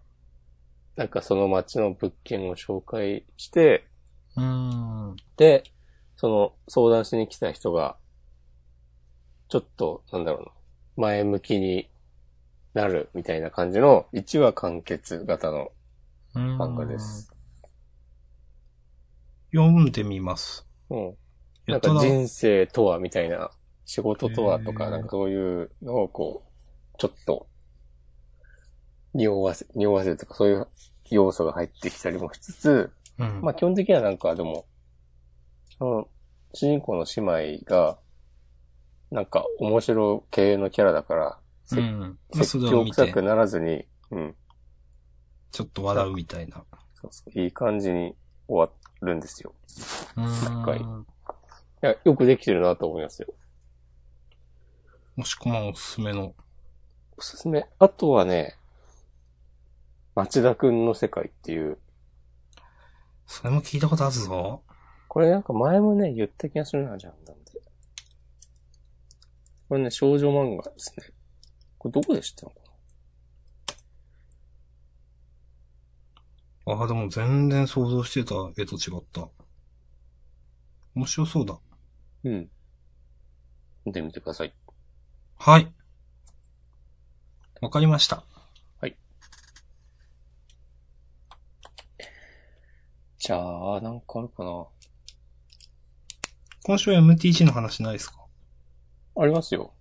Speaker 1: なんかその街の物件を紹介して、
Speaker 2: うん。
Speaker 1: で、その相談しに来た人が、ちょっと、なんだろうな、前向きになるみたいな感じの1話完結型の
Speaker 2: うん。
Speaker 1: 漫画です。。
Speaker 2: 読んでみます。
Speaker 1: うん。
Speaker 2: や
Speaker 1: な
Speaker 2: っ
Speaker 1: ん
Speaker 2: た
Speaker 1: か
Speaker 2: ら、
Speaker 1: 人生とはみたいな、仕事とはと
Speaker 2: へ
Speaker 1: か、
Speaker 2: ー
Speaker 1: なんかそういうのをこう、ちょっと、匂わせ、匂わせるとかそういう要素が入ってきたりもしつつ、
Speaker 2: うん。
Speaker 1: まあ基本的にはなんかでも、その、主人公の姉妹が、なんか面白系のキャラだから、せ
Speaker 2: うん。まあ、そ
Speaker 1: 説
Speaker 2: れ
Speaker 1: 教
Speaker 2: を見
Speaker 1: 臭
Speaker 2: て
Speaker 1: く、ならずに、うん、
Speaker 2: ちょっと笑うみたいな。
Speaker 1: そうそういい感じに終わるんですよ。
Speaker 2: う
Speaker 1: 深い
Speaker 2: ん。
Speaker 1: いや、よくできてるなと思いますよ。
Speaker 2: もしくはおすすめの。
Speaker 1: おすすめ。あとはね、町田くんの世界っていう、
Speaker 2: それも聞いたことあるぞ。
Speaker 1: これなんか前もね、言った気がするな、ジャンダンで。これね、少女漫画ですね。これどこで知ったのか
Speaker 2: ああ、でも全然想像してた絵と違った。面白そうだ。
Speaker 1: なうん。見てみてください。
Speaker 2: はい。わかりました。
Speaker 1: じゃあ、なんかあるかな
Speaker 2: 今週 MTG の話ないですか
Speaker 1: ありますよ。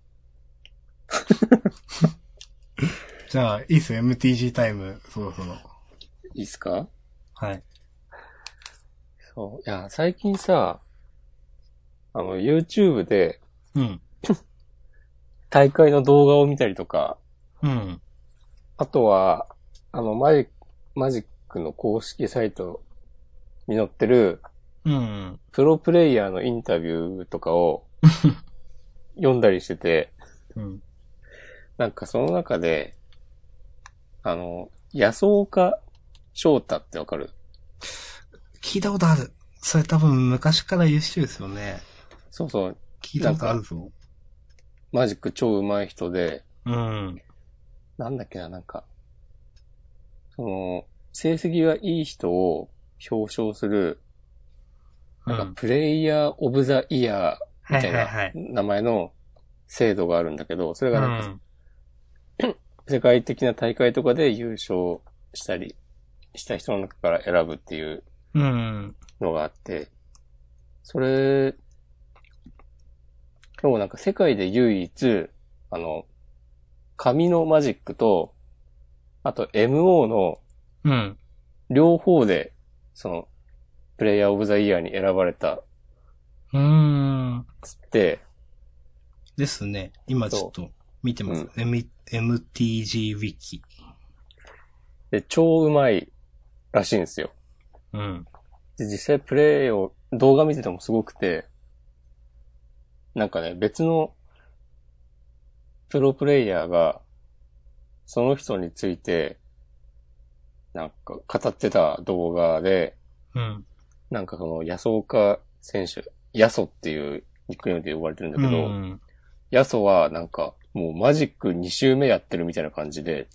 Speaker 2: じゃあ、いいっすよ。MTG タイム、そろそろ。
Speaker 1: いいっすか
Speaker 2: はい。
Speaker 1: そう。いや、最近さ、あの、YouTube で
Speaker 2: うん。
Speaker 1: 大会の動画を見たりとか、
Speaker 2: うん。
Speaker 1: あとは、あの、マジック、マジックの公式サイトに載ってる、
Speaker 2: うん。
Speaker 1: プロプレイヤーのインタビューとか を読んだりしてて、
Speaker 2: うん。
Speaker 1: なんかその中で、あの、安岡翔太ってわかる
Speaker 2: 聞いたことある。それ多分昔から優秀ですよね。
Speaker 1: そうそう、
Speaker 2: 聞いたことあるぞ。
Speaker 1: マジック超上手い人で、
Speaker 2: うん。
Speaker 1: なんだっけな、なんか、その、成績がいい人を表彰する、
Speaker 2: う
Speaker 1: なんか
Speaker 2: ん。
Speaker 1: プレイヤーオブザイヤー
Speaker 2: は
Speaker 1: みた
Speaker 2: い
Speaker 1: い
Speaker 2: はい
Speaker 1: な
Speaker 2: はい。
Speaker 1: 名前の制度があるんだけど、それ
Speaker 2: う
Speaker 1: がなんか
Speaker 2: ん。
Speaker 1: 世界的な大会とかで優勝したりした人の中から選ぶっていう
Speaker 2: うん。
Speaker 1: のがあって、それをなんか世界で唯一、あの、紙のマジックと、あと MO の
Speaker 2: うん。
Speaker 1: 両方で、その、プレイヤーオブザイヤーに選ばれたっ
Speaker 2: うん。
Speaker 1: つって、
Speaker 2: ですね。今ちょっと見てます。M、MTG Wiki。
Speaker 1: で、超うまいらしいんですよ。
Speaker 2: うん。
Speaker 1: で実際プレイを動画見ててもすごくて、なんかね、別のプロプレイヤーが、その人について、なんか語ってた動画で、
Speaker 2: うん。
Speaker 1: なんかその安岡選手、ヤソっていうニックネームで呼ばれてるんだ
Speaker 2: う
Speaker 1: けど、
Speaker 2: ん。
Speaker 1: ヤソはなんかもうマジック2周目やってるみたいな感じで、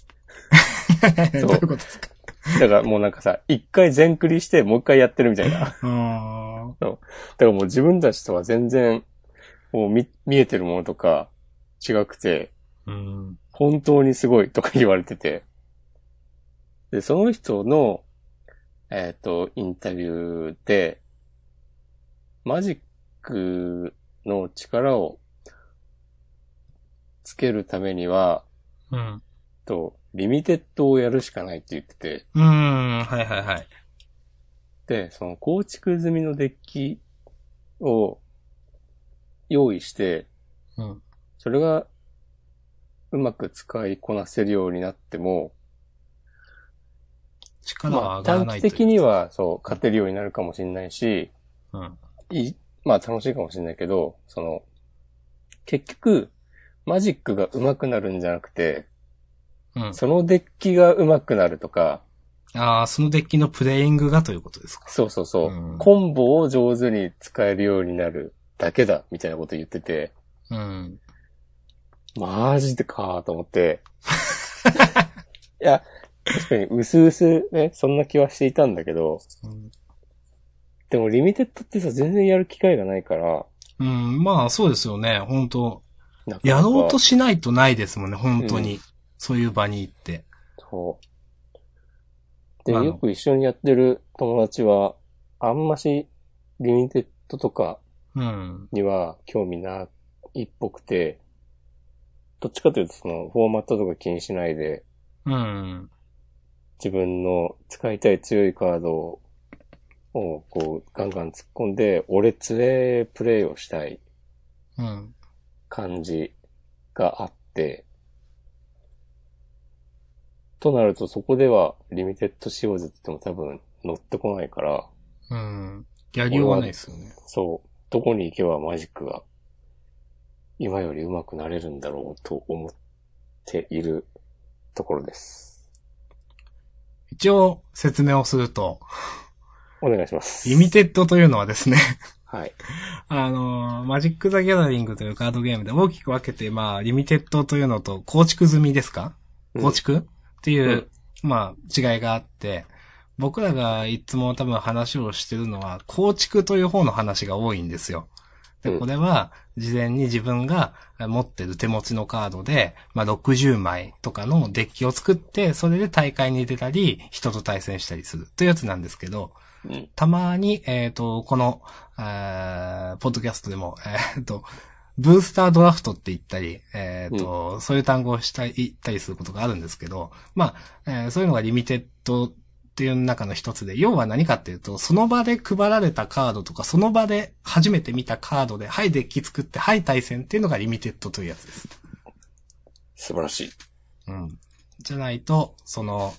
Speaker 2: どういうことですか
Speaker 1: だからもうなんかさ、一回全クリしてもう一回やってるみたいな。
Speaker 2: うん。
Speaker 1: だからもう自分たちとは全然、もう見、見えてるものとか違くて、
Speaker 2: うん。
Speaker 1: 本当にすごいとか言われてて。で、その人の、えっ、と、インタビューで、マジックの力をつけるためには、
Speaker 2: うん。
Speaker 1: と、リミテッドをやるしかないって言ってて、
Speaker 2: うん。はいはいはい。
Speaker 1: で、その構築済みのデッキを用意して、
Speaker 2: うん。
Speaker 1: それがうまく使いこなせるようになっても、
Speaker 2: 力は
Speaker 1: まあ
Speaker 2: 上がら
Speaker 1: 短
Speaker 2: ない
Speaker 1: 期
Speaker 2: という
Speaker 1: 的にはそう、勝てるようになるかもしれないし、
Speaker 2: うん。
Speaker 1: いいまあ楽しいかもしれないけど、その、結局、マジックが上手くなるんじゃなくて、
Speaker 2: うん。
Speaker 1: そのデッキが上手くなるとか、
Speaker 2: ああ、そのデッキのプレイングがということですか。
Speaker 1: そうそうそう、
Speaker 2: うん
Speaker 1: コンボを上手に使えるようになるだけだ、みたいなこと言ってて、
Speaker 2: うん。
Speaker 1: マジでかーと思 って。いや、確かに、うすうすね、そんな気はしていたんだけど、
Speaker 2: うん
Speaker 1: でもリミテッドってさ、全然やる機会がないから、
Speaker 2: うん。まあ、そうですよね。本当
Speaker 1: なかなか
Speaker 2: やろうとしないとないですもんね、本当に。そういう場に行って。
Speaker 1: そう。で、
Speaker 2: あの
Speaker 1: よく一緒にやってる友達は、あんまし、リミテッドとか
Speaker 2: うん。
Speaker 1: には興味ないっぽくて、どっちかというとその、フォーマットとか気にしないで、
Speaker 2: うん。
Speaker 1: 自分の使いたい強いカードを、こう、ガンガン突っ込んで、俺強えプレイをしたい
Speaker 2: うん。
Speaker 1: 感じがあって、となるとそこではリミテッド仕様図って言っても多分乗ってこないから、
Speaker 2: うん。やりようがないですよね。
Speaker 1: そう、どこに行けばマジックが今より上手くなれるんだろうと思っているところです。
Speaker 2: 一応、説明をすると、
Speaker 1: お願いします。
Speaker 2: リミテッドというのはですね、
Speaker 1: はい。
Speaker 2: あのーマジック・ザ・ギャザリングというカードゲームで大きく分けて、まあ、リミテッドというのと、構築済みですか
Speaker 1: うん
Speaker 2: 構築、っていう、
Speaker 1: うん
Speaker 2: まあ、違いがあって、僕らがいつも多分話をしてるのは、構築という方の話が多いんですよ。
Speaker 1: う
Speaker 2: で、
Speaker 1: ん
Speaker 2: これは、事前に自分が持ってる手持ちのカードで、まあ、60枚とかのデッキを作って、それで大会に出たり、人と対戦したりするというやつなんですけど、
Speaker 1: うん。
Speaker 2: たまに、えっ、と、この、あーポッドキャストでも、 えっ、と、ブースタードラフトって言ったり、えっ、と、そういう単語をしたり、言ったりすることがあるんですけど、まあ、えーそういうのがリミテッドっていう中の一つで、要は何かっていうと、その場で配られたカードとか、その場で初めて見たカードで、はい、デッキ作って、はい、対戦っていうのがリミテッドというやつです。
Speaker 1: 素晴らしい。
Speaker 2: うん。じゃないと、その、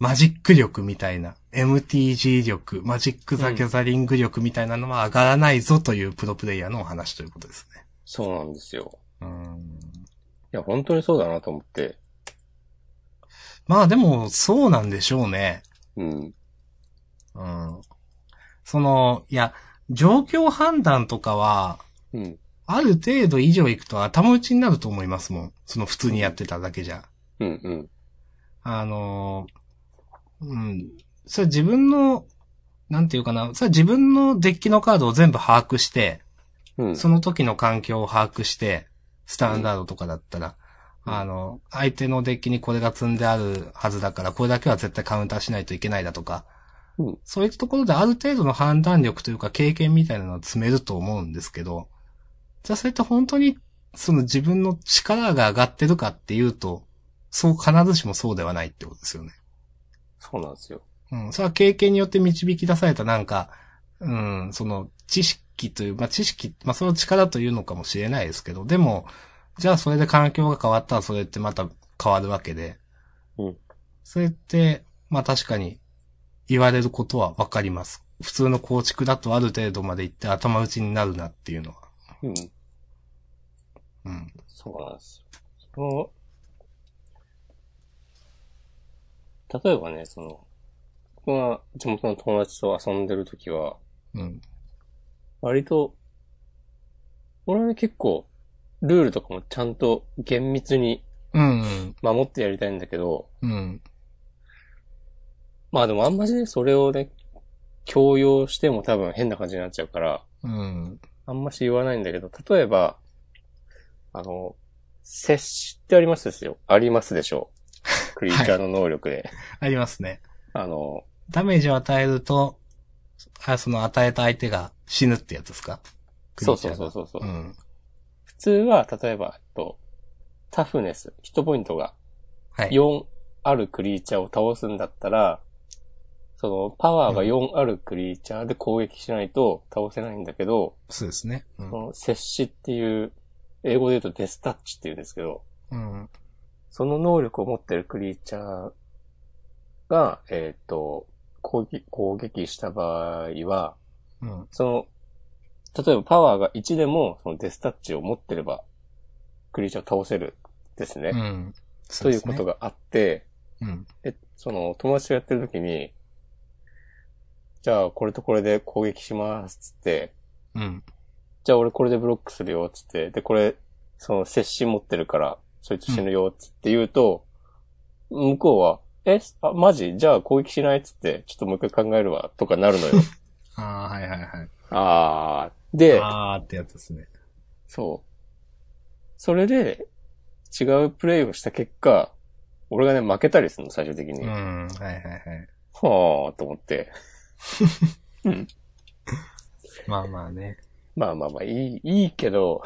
Speaker 2: マジック力みたいな、MTG 力、マジック・ザ・ギャザリング力みたいなのは上がらないぞというプロプレイヤーのお話ということですね。
Speaker 1: そうなんですよ。
Speaker 2: うん。
Speaker 1: いや、本当にそうだなと思って。
Speaker 2: まあでも、そうなんでしょうね。
Speaker 1: うん。
Speaker 2: うん。その、いや、状況判断とかは、
Speaker 1: うん。
Speaker 2: ある程度以上いくと頭打ちになると思いますもん。その普通にやってただけじゃ。
Speaker 1: うんうん。
Speaker 2: あのー、うん。それ自分の、なんていうかな、それ自分のデッキのカードを全部把握して、
Speaker 1: うん。
Speaker 2: その時の環境を把握して、スタンダードとかだったら、
Speaker 1: うん
Speaker 2: あの、相手のデッキにこれが積んであるはずだから、これだけは絶対カウンターしないといけないだとか、
Speaker 1: うん
Speaker 2: そういったところである程度の判断力というか経験みたいなのは積めると思うんですけど、じゃあそれって本当にその自分の力が上がってるかっていうと、そう必ずしもそうではないってことですよね。
Speaker 1: そうなんですよ。
Speaker 2: うん、それは経験によって導き出されたなんか、うん、その知識という、まあ、知識、まあ、その力というのかもしれないですけど、でも、じゃあそれで環境が変わったらそれってまた変わるわけで。
Speaker 1: うん。
Speaker 2: それって、まあ確かに言われることはわかります。普通の構築だとある程度まで行って頭打ちになるなっていうのは。
Speaker 1: うん。
Speaker 2: うん。
Speaker 1: そうなんですよ。その、例えばね、その、僕が地元の友達と遊んでるときは、
Speaker 2: うん。
Speaker 1: 割と、俺はね結構、ルールとかもちゃんと厳密に
Speaker 2: うん。
Speaker 1: 守ってやりたいんだけど、
Speaker 2: うん。
Speaker 1: まあでもあんまりね、それをね、強要しても多分変な感じになっちゃうから、
Speaker 2: うん。
Speaker 1: あんまし言わないんだけど、例えば、あの、接しってありますですよ。ありますでしょう。クリーチャーの能力で。
Speaker 2: ありますね。
Speaker 1: あの、
Speaker 2: ダメージを与えると、あその与えた相手が死ぬってやつですか
Speaker 1: そうそうそうそうそう、
Speaker 2: うん。
Speaker 1: 普通は、例えば、えっと、タフネス、ヒットポイントが
Speaker 2: はい。
Speaker 1: 4あるクリーチャーを倒すんだったら、その、パワーが4あるクリーチャーで攻撃しないと倒せないんだけど、
Speaker 2: そうですね。うん
Speaker 1: その、接しっていう、英語で言うとデスタッチっていうんですけど、
Speaker 2: うん。
Speaker 1: その能力を持ってるクリーチャーが、えっ、と、攻撃、攻撃した場合は、
Speaker 2: うん。
Speaker 1: その、例えばパワーが1でも、そのデスタッチを持ってれば、クリーチャーを倒せるですね。
Speaker 2: うん。
Speaker 1: ということ
Speaker 2: が。
Speaker 1: があって、
Speaker 2: うん。
Speaker 1: え、その、友達とやってる時に、じゃあ、これとこれで攻撃します、つって、
Speaker 2: うん。
Speaker 1: じゃあ俺これでブロックするよ、つって。で、これ、その、接し持ってるから、そいつ死ぬよ、つって言うと、向こうは、え、あ、マジじゃあ攻撃しないっつって、ちょっともう一回考えるわ、とかなるのよ。
Speaker 2: ああ、はいはいはい。
Speaker 1: あー。で、
Speaker 2: ああってやつですね。
Speaker 1: そう。それで、違うプレイをした結果、俺がね、負けたりするの、最終的に。
Speaker 2: う
Speaker 1: は
Speaker 2: ん。はいはいはい。
Speaker 1: ーと思って。
Speaker 2: まあまあね。
Speaker 1: まあまあまあ、いい、いいけど、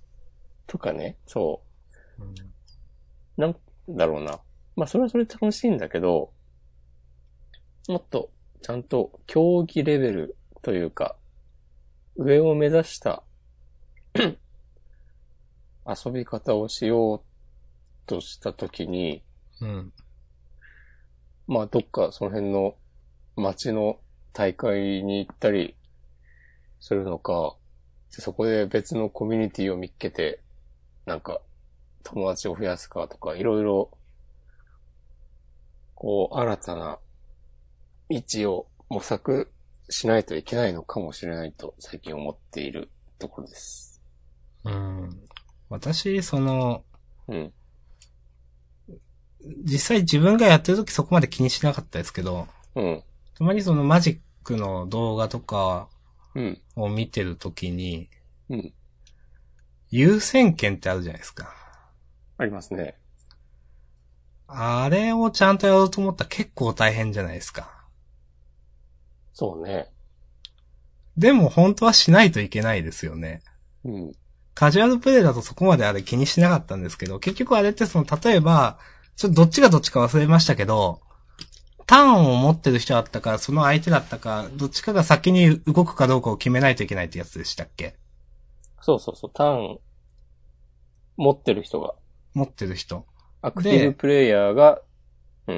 Speaker 1: とかね、そう。
Speaker 2: うん
Speaker 1: なんだろうな。まあ、それはそれで楽しいんだけど、もっと、ちゃんと、競技レベルというか、上を目指した、 遊び方をしようとしたときに、
Speaker 2: うん。
Speaker 1: まあ、どっかその辺の街の大会に行ったりするのか、そこで別のコミュニティを見っけて、なんか、友達を増やすかとか、いろいろ、こう、新たな道を模索しないといけないのかもしれないと、最近思っているところです。
Speaker 2: うん。私、その、
Speaker 1: うん。
Speaker 2: 実際自分がやってる時そこまで気にしなかったですけど、
Speaker 1: うん。
Speaker 2: たまにそのマジックの動画とか
Speaker 1: うん。
Speaker 2: を見てる時に、
Speaker 1: うん。
Speaker 2: 優先権ってあるじゃないですか。
Speaker 1: ありますね。
Speaker 2: あれをちゃんとやろうと思ったら結構大変じゃないですか。
Speaker 1: そうね。
Speaker 2: でも本当はしないといけないですよね。
Speaker 1: うん。
Speaker 2: カジュアルプレイだとそこまであれ気にしなかったんですけど、結局あれってその、例えば、ちょっとどっちがどっちか忘れましたけど、ターンを持ってる人だったか、その相手だったか、どっちかが先に動くかどうかを決めないといけないってやつでしたっけ
Speaker 1: そうそうそう、ターン、持ってる人が、
Speaker 2: 持ってる人。
Speaker 1: アクティブプレイヤーが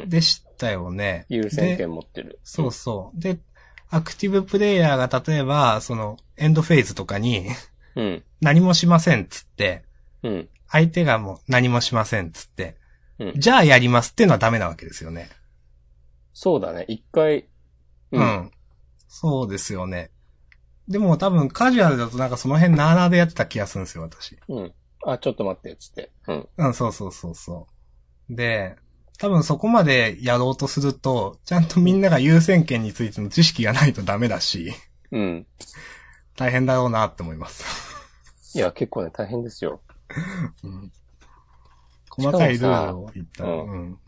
Speaker 2: でしたよね。
Speaker 1: 優先
Speaker 2: で
Speaker 1: 権持ってる。
Speaker 2: そうそう。で、アクティブプレイヤーが例えば、その、エンドフェーズとかに
Speaker 1: うん。
Speaker 2: 何もしませんっつって、
Speaker 1: うん。
Speaker 2: 相手がもう何もしませんっつって、
Speaker 1: うん
Speaker 2: じゃあやりますっていうのはダメなわけですよね。
Speaker 1: そうだね。一回、
Speaker 2: う。ん。そうですよね。でも多分カジュアルだとなんかその辺ナーナーでやってた気がするんですよ、私。
Speaker 1: うん。あ、ちょっと待って、つって。うん。
Speaker 2: うん、そうそうそうそう。で、多分そこまでやろうとすると、ちゃんとみんなが優先権についての知識がないとダメだし、
Speaker 1: うん。
Speaker 2: 大変だろうなって思います。
Speaker 1: いや、結構ね、大変ですよ。
Speaker 2: うん細かいルールを言ったら、
Speaker 1: う
Speaker 2: うん。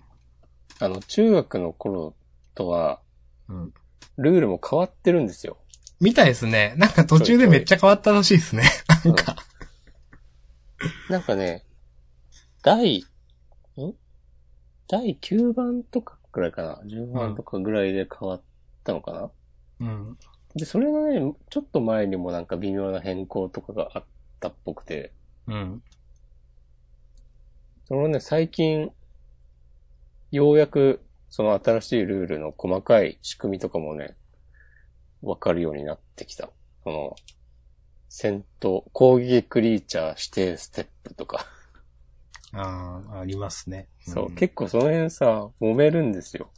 Speaker 1: あの、中学の頃とは、
Speaker 2: うん
Speaker 1: ルールも変わってるんですよ。
Speaker 2: みたいですね。なんか途中でめっちゃ変わったらしいですね。なんか、
Speaker 1: なんかね、第、ん第9番とかくらいかな。10番とかぐらいで変わったのかな。
Speaker 2: うん。
Speaker 1: で、それがね、ちょっと前にもなんか微妙な変更とかがあったっぽくて、
Speaker 2: うん。
Speaker 1: そのね、最近、ようやく、その新しいルールの細かい仕組みとかもね、わかるようになってきた。その、戦闘、攻撃クリーチャー指定ステップとか。
Speaker 2: ああ、ありますね。
Speaker 1: そう、
Speaker 2: ん
Speaker 1: 結構その辺さ、揉めるんですよ。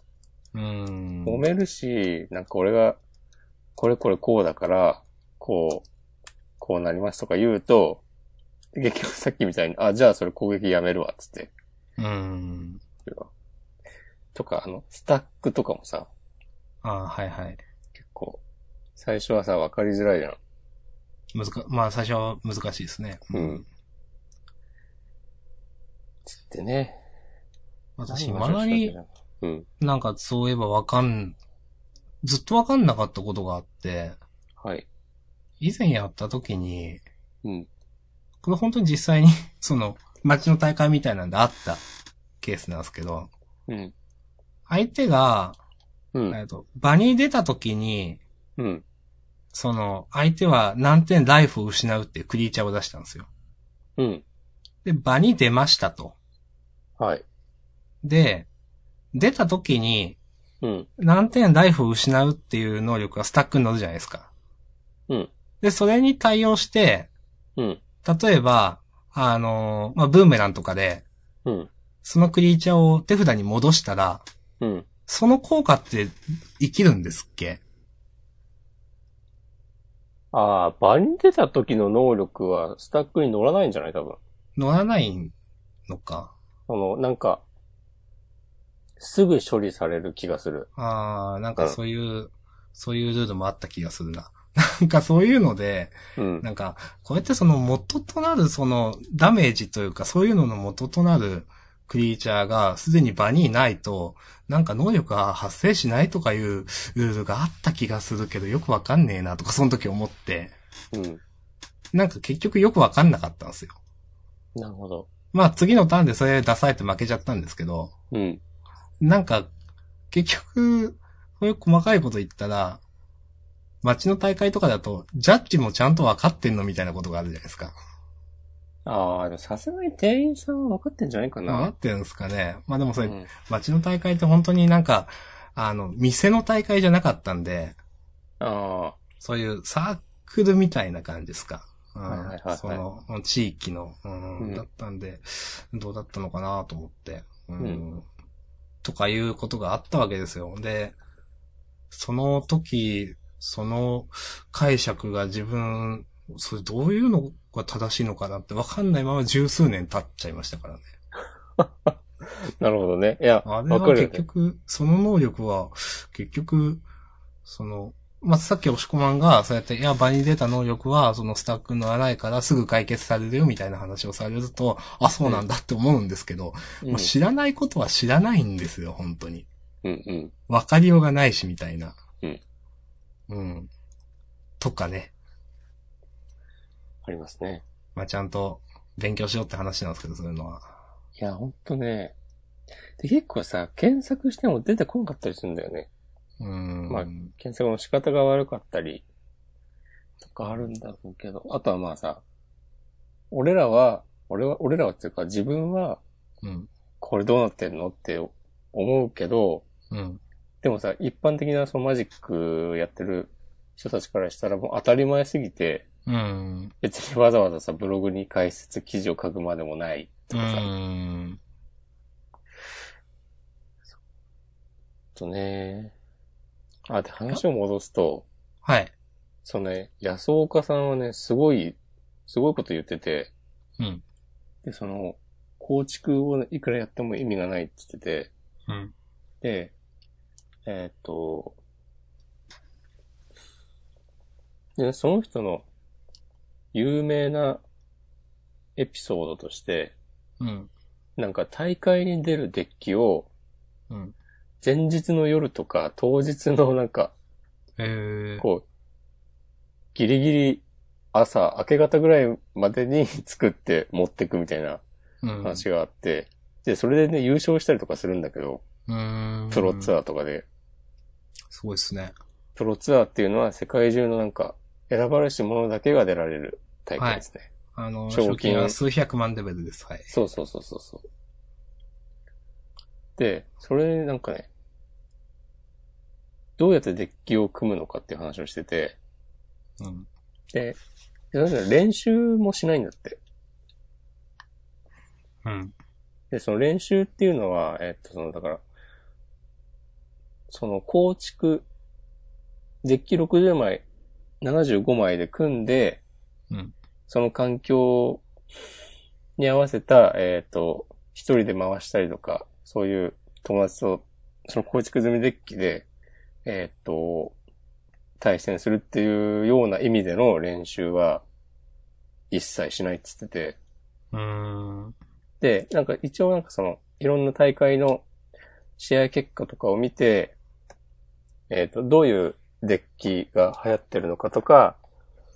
Speaker 2: うん。
Speaker 1: 揉めるし、なんか俺が、これこれこうだから、こう、こうなりますとか言うと、結局さっきみたいに、あ、じゃあそれ攻撃やめるわ、つって。
Speaker 2: うん。
Speaker 1: とか、あの、スタックとかもさ、
Speaker 2: ああ、はいはい。
Speaker 1: 結構、最初はさ、わかりづらいじゃん。
Speaker 2: 難か、まあ最初は難しいですね。
Speaker 1: うん。つってね。
Speaker 2: 私、
Speaker 1: 何
Speaker 2: ま
Speaker 1: の話
Speaker 2: だ
Speaker 1: したっけ
Speaker 2: に
Speaker 1: な、うん。
Speaker 2: なんかそういえばわかん、ずっとわかんなかったことがあって、
Speaker 1: はい。
Speaker 2: 以前やった時に、
Speaker 1: うん。
Speaker 2: これ本当に実際に、 その、街の大会みたいなんであったケースなんですけど、
Speaker 1: うん。
Speaker 2: 相手が、
Speaker 1: うん。
Speaker 2: えっと、場に出た時に、
Speaker 1: うん。
Speaker 2: その、相手は何点ライフを失うっていうクリーチャーを出したんですよ。
Speaker 1: うん。
Speaker 2: で、場に出ましたと。
Speaker 1: はい。
Speaker 2: で、出た時に、
Speaker 1: うん。
Speaker 2: 何点ライフを失うっていう能力がスタックに乗るじゃないですか。
Speaker 1: うん。
Speaker 2: で、それに対応して、
Speaker 1: うん。
Speaker 2: 例えば、あのーまあ、ブーメランとかで、
Speaker 1: うん。
Speaker 2: そのクリーチャーを手札に戻したら、
Speaker 1: うん。
Speaker 2: その効果って生きるんですっけ
Speaker 1: ああ、場に出た時の能力はスタックに乗らないんじゃない多分。
Speaker 2: 乗らないのか。
Speaker 1: その、なんか、すぐ処理される気がする。
Speaker 2: ああ、なん
Speaker 1: う
Speaker 2: か
Speaker 1: ん
Speaker 2: そういう、そういうルールもあった気がするな。 なんかそういうので、
Speaker 1: うん。
Speaker 2: なんか、こうやってその元となるそのダメージというか、そういうのの元となるクリーチャーがすでに場にいないと、なんか能力が発生しないとかいうルールがあった気がするけど、よくわかんねえなとか、その時思って、
Speaker 1: うん。
Speaker 2: なんか結局よくわかんなかったんですよ。
Speaker 1: なるほど。
Speaker 2: まあ次のターンでそれ出されて負けちゃったんですけど、
Speaker 1: うん。
Speaker 2: なんか、結局、そういう細かいこと言ったら、街の大会とかだと、ジャッジもちゃんと分かってんのみたいなことがあるじゃないですか。
Speaker 1: ああ、でもさすがに店員さんは分かってんじゃないか
Speaker 2: 分か
Speaker 1: な
Speaker 2: っ。てるんですかね。まあでもそうれ、
Speaker 1: ん、
Speaker 2: 街の大会って本当になんか、あの、店の大会じゃなかったんで、
Speaker 1: ああ、
Speaker 2: そういうサークルみたいな感じですか。うん
Speaker 1: はいはいはいはい
Speaker 2: その、地域の、うん
Speaker 1: うん
Speaker 2: だったんで、どうだったのかなと思って、うん
Speaker 1: う
Speaker 2: とかいうことがあったわけですよ。で、その時、その解釈が自分、それどういうのが正しいのかなってわかんないまま十数年経っちゃいましたからね。
Speaker 1: なるほどね。いや、わ
Speaker 2: あれは
Speaker 1: かるよ
Speaker 2: 結
Speaker 1: ね。
Speaker 2: 局、その能力は、結局、その、まあ、さっき押し込まんが、そうやって、いや、場に出た能力は、そのスタックの荒いからすぐ解決されるよみたいな話をされると、あ、そうなんだって思うんですけど、
Speaker 1: うん
Speaker 2: もう知らないことは知らないんですよ、本当に。
Speaker 1: うんうん。
Speaker 2: わかりようがないし、みたいな。
Speaker 1: うん。
Speaker 2: うん。とかね。
Speaker 1: ありますね。
Speaker 2: まあ、ちゃんと勉強しようって話なんですけど、そういうのは。
Speaker 1: いや、ほんとね、で、結構さ、検索しても出てこなかったりするんだよね。
Speaker 2: うん。
Speaker 1: まあ検索の仕方が悪かったり、とかあるんだろうけど、あとはまあさ、俺らは、俺は、俺らはっていうか自分は、
Speaker 2: うん。
Speaker 1: これどうなってんのって思うけど、
Speaker 2: うん。
Speaker 1: でもさ、一般的なそのマジックやってる人たちからしたらもう当たり前すぎて、
Speaker 2: うん。
Speaker 1: 別にわざわざさ、ブログに解説記事を書くまでもないと
Speaker 2: う
Speaker 1: かさ、ちょっ
Speaker 2: ん。
Speaker 1: とね。あ、で、話を戻すと、
Speaker 2: はい。
Speaker 1: そのね、安岡さんはね、すごい、すごいこと言ってて、
Speaker 2: うん。
Speaker 1: で、その、構築をいくらやっても意味がないって言ってて、
Speaker 2: うん。
Speaker 1: で、えーっと、で、その人の有名なエピソードとして、
Speaker 2: うん。
Speaker 1: なんか大会に出るデッキを
Speaker 2: うん。
Speaker 1: 前日の夜とか当日のなんか、
Speaker 2: えー。
Speaker 1: こう、ギリギリ朝、明け方ぐらいまでに 作って持ってくみたいな
Speaker 2: うん。
Speaker 1: 話があって、で、それでね、優勝したりとかするんだけど、
Speaker 2: うん。
Speaker 1: プロツ
Speaker 2: アー。
Speaker 1: アーとかで。
Speaker 2: すごいですね。
Speaker 1: プロツアーっていうのは世界中のなんか、選ばれし者だけが出られる大会ですね。
Speaker 2: あの、
Speaker 1: 賞金
Speaker 2: 賞金は数百万レベルです。はい。
Speaker 1: そうそうそうそうそう。で、それなんかね、どうやってデッキを組むのかっていう話をしてて、
Speaker 2: うん。
Speaker 1: で、でなんか練習もしないんだって。
Speaker 2: うん。
Speaker 1: で、その練習っていうのは、えっと、その、だから、その構築、デッキ60枚、75枚で組んで、
Speaker 2: うん
Speaker 1: その環境に合わせた、えっ、と、一人で回したりとか、そういう友達と、その構築済みデッキで、えっ、と、対戦するっていうような意味での練習は、一切しないっつってて、
Speaker 2: うん。
Speaker 1: で、なんか一応なんかその、いろんな大会の試合結果とかを見て、えっ、と、どういうデッキが流行ってるのかとか、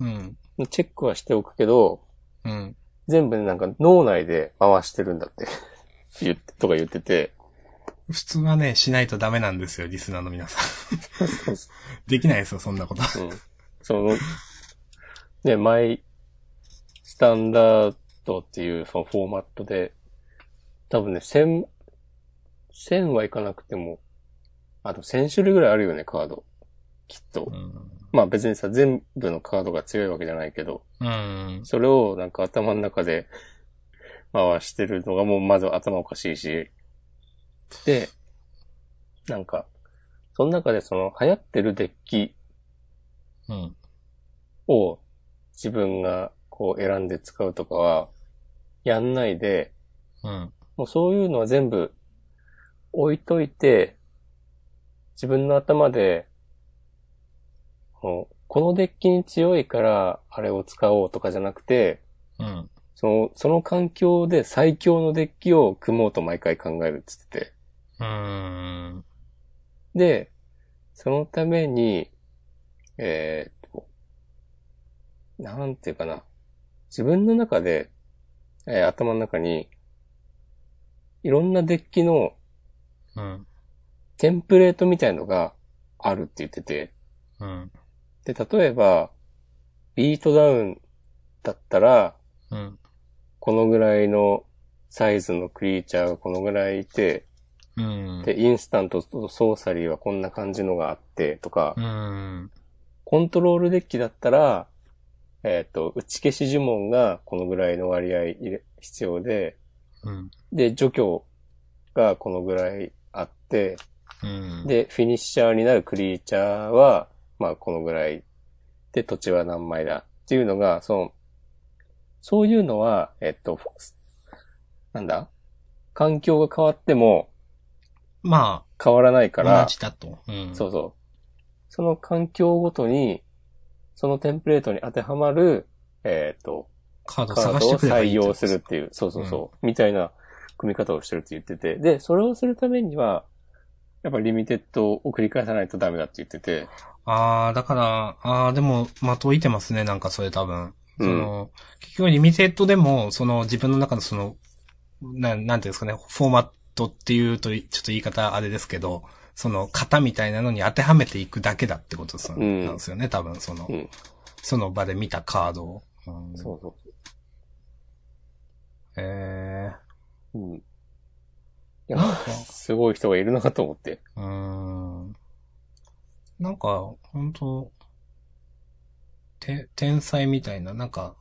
Speaker 2: うん。
Speaker 1: チェックはしておくけど、
Speaker 2: うん。
Speaker 1: 全部ねなんか脳内で回してるんだって、 言って、とか言ってて、
Speaker 2: 普通はね、しないとダメなんですよ、リスナーの皆さん。 できないですよ、そんなこと。
Speaker 1: うん。その、ね、マイ、スタンダードっていうそのフォーマットで、多分ね、1000、1000はいかなくても、あと1000種類ぐらいあるよね、カード。きっと
Speaker 2: う。ん。
Speaker 1: まあ別にさ、全部のカードが強いわけじゃないけど、
Speaker 2: うん。
Speaker 1: それをなんか頭の中で回してるのがもうまず頭おかしいし。で、なんか、その中でその流行ってるデッキ
Speaker 2: うん。
Speaker 1: を自分がこう選んで使うとかは、やんないで、
Speaker 2: うん。
Speaker 1: もうそういうのは全部置いといて、自分の頭で、こうこのデッキに強いからあれを使おうとかじゃなくて、
Speaker 2: うん。
Speaker 1: その、その環境で最強のデッキを組もうと毎回考えるっつってて。
Speaker 2: うん。
Speaker 1: で、そのために、えーっと、なんていうかな。自分の中で、えー頭の中に、いろんなデッキの
Speaker 2: うん。
Speaker 1: テンプレートみたいのがあるって言ってて。
Speaker 2: うん。
Speaker 1: で、例えば、ビートダウンだったら、
Speaker 2: うん。
Speaker 1: このぐらいのサイズのクリーチャーがこのぐらいいて、
Speaker 2: うん。
Speaker 1: で、インスタントとソーサリーはこんな感じのがあって、とか、
Speaker 2: うん。
Speaker 1: コントロールデッキだったら、えっ、と、打ち消し呪文がこのぐらいの割合入れ必要で、
Speaker 2: うん。
Speaker 1: で、除去がこのぐらいあって、
Speaker 2: うん。
Speaker 1: で、フィニッシャーになるクリーチャーは、まあ、このぐらいで、土地は何枚だっていうのが、その、そういうのは、えっ、と、フォなんだ環境が変わっても
Speaker 2: ま
Speaker 1: 変わらないか
Speaker 2: あ、
Speaker 1: ら
Speaker 2: 同、じだと。うん。
Speaker 1: そうそう。その環境ごとに、そのテンプレートに当てはまる、えっ、と、
Speaker 2: カード
Speaker 1: カード
Speaker 2: 探し
Speaker 1: を
Speaker 2: てくればい
Speaker 1: 採
Speaker 2: いってこ
Speaker 1: 用
Speaker 2: とです
Speaker 1: るっていう、そうそうそう、みたいな組み方をしてるって言ってて、で、それをするためには、やっぱりリミテッドを繰り返さないとダメだって言ってて、
Speaker 2: ああ、だから、ああ、でも、的をいてますね、なんかそれ多分。
Speaker 1: う
Speaker 2: そ
Speaker 1: ん
Speaker 2: の、結局リミテッドでも、その自分の中のその、なん、なんていうんですかね、フォーマットっていうと、ちょっと言い方あれですけど、その型みたいなのに当てはめていくだけだってことですよ
Speaker 1: うん
Speaker 2: なんですよね、多分その、
Speaker 1: うん
Speaker 2: その場で見たカードを。うん
Speaker 1: そうそ
Speaker 2: え
Speaker 1: う。 うん。い
Speaker 2: ー、
Speaker 1: や
Speaker 2: なんか、
Speaker 1: すごい人がいるなと思って。
Speaker 2: うーん。なんか、本当て、天才みたいな、なんか、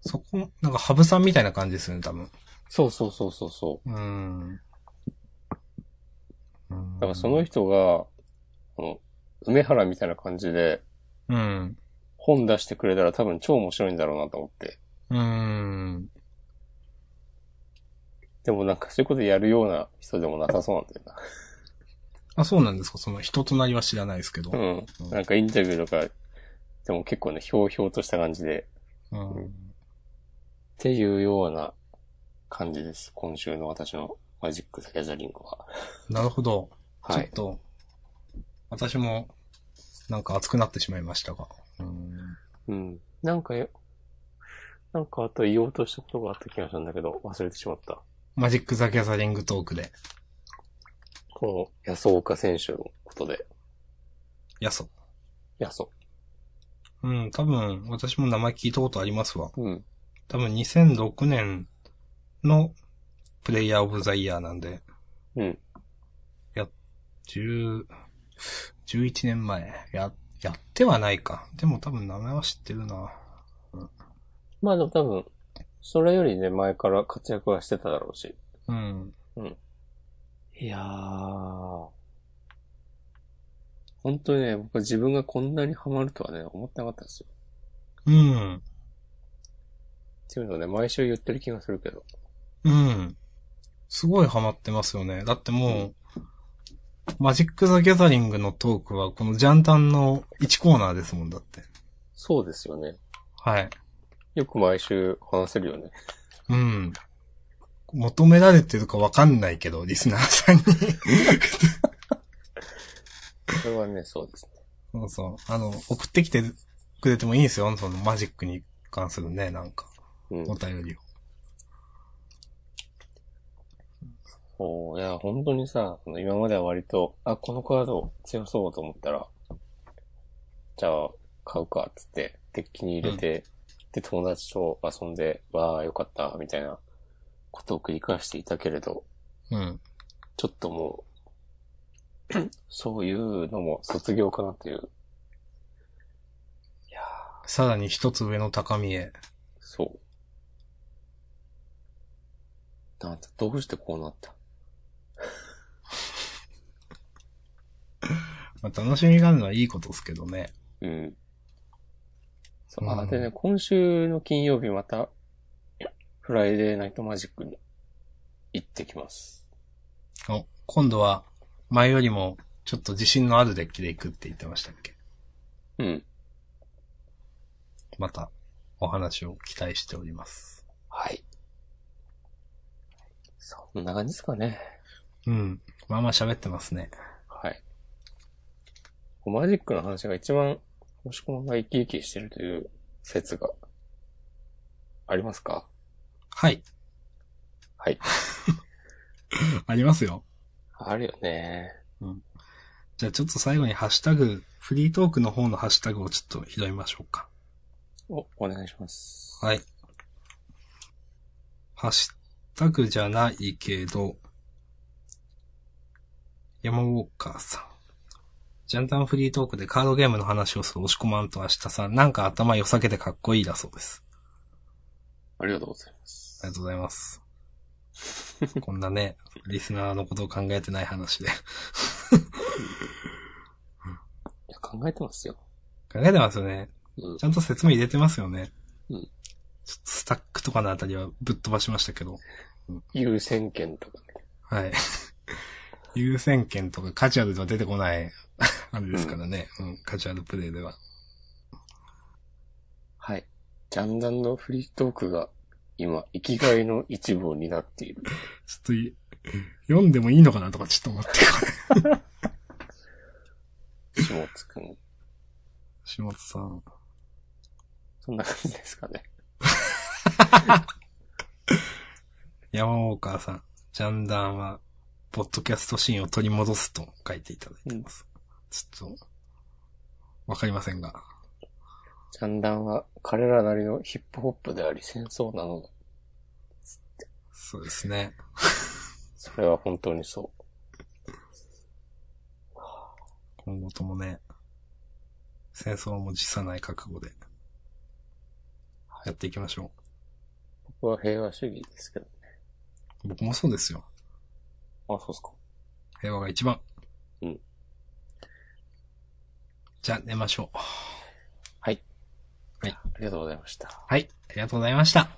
Speaker 2: そこ、なんか、ハブさんみたいな感じですよね、多分。
Speaker 1: そうそうそうそうそう
Speaker 2: ーん。うーん
Speaker 1: う。だからその、人が、この梅原みたいな感じで
Speaker 2: うん。
Speaker 1: 本出してくれたら多分超面白いんだろうなと思って。
Speaker 2: うーん。
Speaker 1: でもなんかそういうことやるような人でもなさそうなんだよな。
Speaker 2: あ、そうなんですかその人となりは知らないですけど。
Speaker 1: うん。なんかインタビューとか、でも結構ね、ひょうひょうとした感じで、
Speaker 2: うん。
Speaker 1: っていうような感じです。今週の私のマジック・ザ・ギャザリングは。
Speaker 2: なるほど。
Speaker 1: は
Speaker 2: ちょ
Speaker 1: い
Speaker 2: っ。と、私も、なんか熱くなってしまいましたが。うーん。
Speaker 1: うん。なんかよ、なんかあと言おうとしたことがあった気がしたんだけど、忘れてしまった。
Speaker 2: マジック・ザ・ギャザリングトークで、
Speaker 1: この安岡選手のことで。
Speaker 2: やそ。
Speaker 1: 安岡。
Speaker 2: うん、多分、私も名前聞いたことありますわ。
Speaker 1: うん。
Speaker 2: 多分2006年のプレイヤーオブザイヤーなんで。
Speaker 1: うん。
Speaker 2: や、10、11年前。や、やってはないか。でも多分名前は知ってるな。
Speaker 1: まあでも多分、それよりね、前から活躍はしてただろうし。
Speaker 2: うん。
Speaker 1: いやー。本当にね、僕は自分がこんなにハマるとはね、思ってなかったですよ。
Speaker 2: うん。
Speaker 1: っていうのをね、毎週言ってる気がするけど。
Speaker 2: うん。すごいハマってますよね。だってもう、マジック・ザ・ギャザリングのトークはこのジャンタンの1コーナーですもんだって。
Speaker 1: そうですよね。
Speaker 2: はい。
Speaker 1: よく毎週話せるよね。
Speaker 2: うん。求められてるかわかんないけど、リスナーさんに。
Speaker 1: それはね、そうですね。
Speaker 2: そうそう。あの、送ってきてくれてもいいんですよ。そのマジックに関するね、なんか、
Speaker 1: うん
Speaker 2: お。便りを。
Speaker 1: おーいや、本当にさ、その今までは割と、あ、このカード強そうと思ったら、じゃあ、買うか、つって、デッキに入れて、で、友達と遊んで、わあ、よかった、みたいなことを繰り返していたけれど、
Speaker 2: うん。
Speaker 1: ちょっともう、そういうのも卒業かなっていう。いやー
Speaker 2: さらに一つ上の高みへ。
Speaker 1: そう。なんだ、どうしてこうなった
Speaker 2: まあ、楽しみがあるのはいいことですけどね。
Speaker 1: うん。そう、
Speaker 2: う
Speaker 1: あ、
Speaker 2: ん
Speaker 1: でね、今週の金曜日また、フライデーナイトマジックに行ってきます。
Speaker 2: お今度は、前よりも、ちょっと自信のあるデッキで行くって言ってましたっけ
Speaker 1: うん。
Speaker 2: また、お話を期待しております。
Speaker 1: はい。そんな感じですかね。
Speaker 2: うん。まあまあ喋ってますね。
Speaker 1: はい。マジックの話が一番、もしこが生き生きしてるという説がありますか
Speaker 2: はい。
Speaker 1: はい。
Speaker 2: ありますよ。
Speaker 1: あるよね。
Speaker 2: じゃあちょっと最後にハッシュタグ、フリートークの方のハッシュタグをちょっと拾いましょうか。
Speaker 1: お、お願いします。
Speaker 2: はい。ハッシュタグじゃないけど、山ウォーカーさん。ジャンタンフリートークでカードゲームの話をする押し込まんと明日さん、なんか頭良さげでかっこいいだそうです。
Speaker 1: ありがとうございます。
Speaker 2: ありがとうござい ます。こんなね、リスナーのことを考えてない話で。
Speaker 1: いや、考えてますよ。
Speaker 2: 考えてますよね。
Speaker 1: うん
Speaker 2: ち。ゃんと説明入れてますよね。
Speaker 1: うん
Speaker 2: ちょっとスタックとかのあたりはぶっ飛ばしましたけど。
Speaker 1: 優先権とかね。
Speaker 2: はい。 優先権とかカジュアルでは出てこない、 あれですからね、うん。カジュアルプレイでは。
Speaker 1: はい。ジャンダンのフリートークが今、生きがいの一部を担っている。
Speaker 2: ちょっとい、読んでもいいのかなとかちょっと思って、これ。
Speaker 1: 下津くん。
Speaker 2: 下本さん。
Speaker 1: そんな感じですかね。
Speaker 2: 山岡さん。ジャンダンは、ポッドキャストシーンを取り戻すと書いていただいてます。ちょっと、わかりませんが。
Speaker 1: ジャンダンは彼らなりのヒップホップであり戦争なのだ。
Speaker 2: そうですね。
Speaker 1: それは本当にそ
Speaker 2: 今後ともね、戦争も辞さない覚悟で、やっていきましょ
Speaker 1: う。僕は平和主義ですけど。
Speaker 2: う。僕もそうですよ。
Speaker 1: あ、そうっすか。
Speaker 2: 平和が一番。
Speaker 1: うん。
Speaker 2: じゃあ寝ましょう。
Speaker 1: はい。
Speaker 2: はい。
Speaker 1: ありがとうございました。
Speaker 2: はい。ありがとうございました。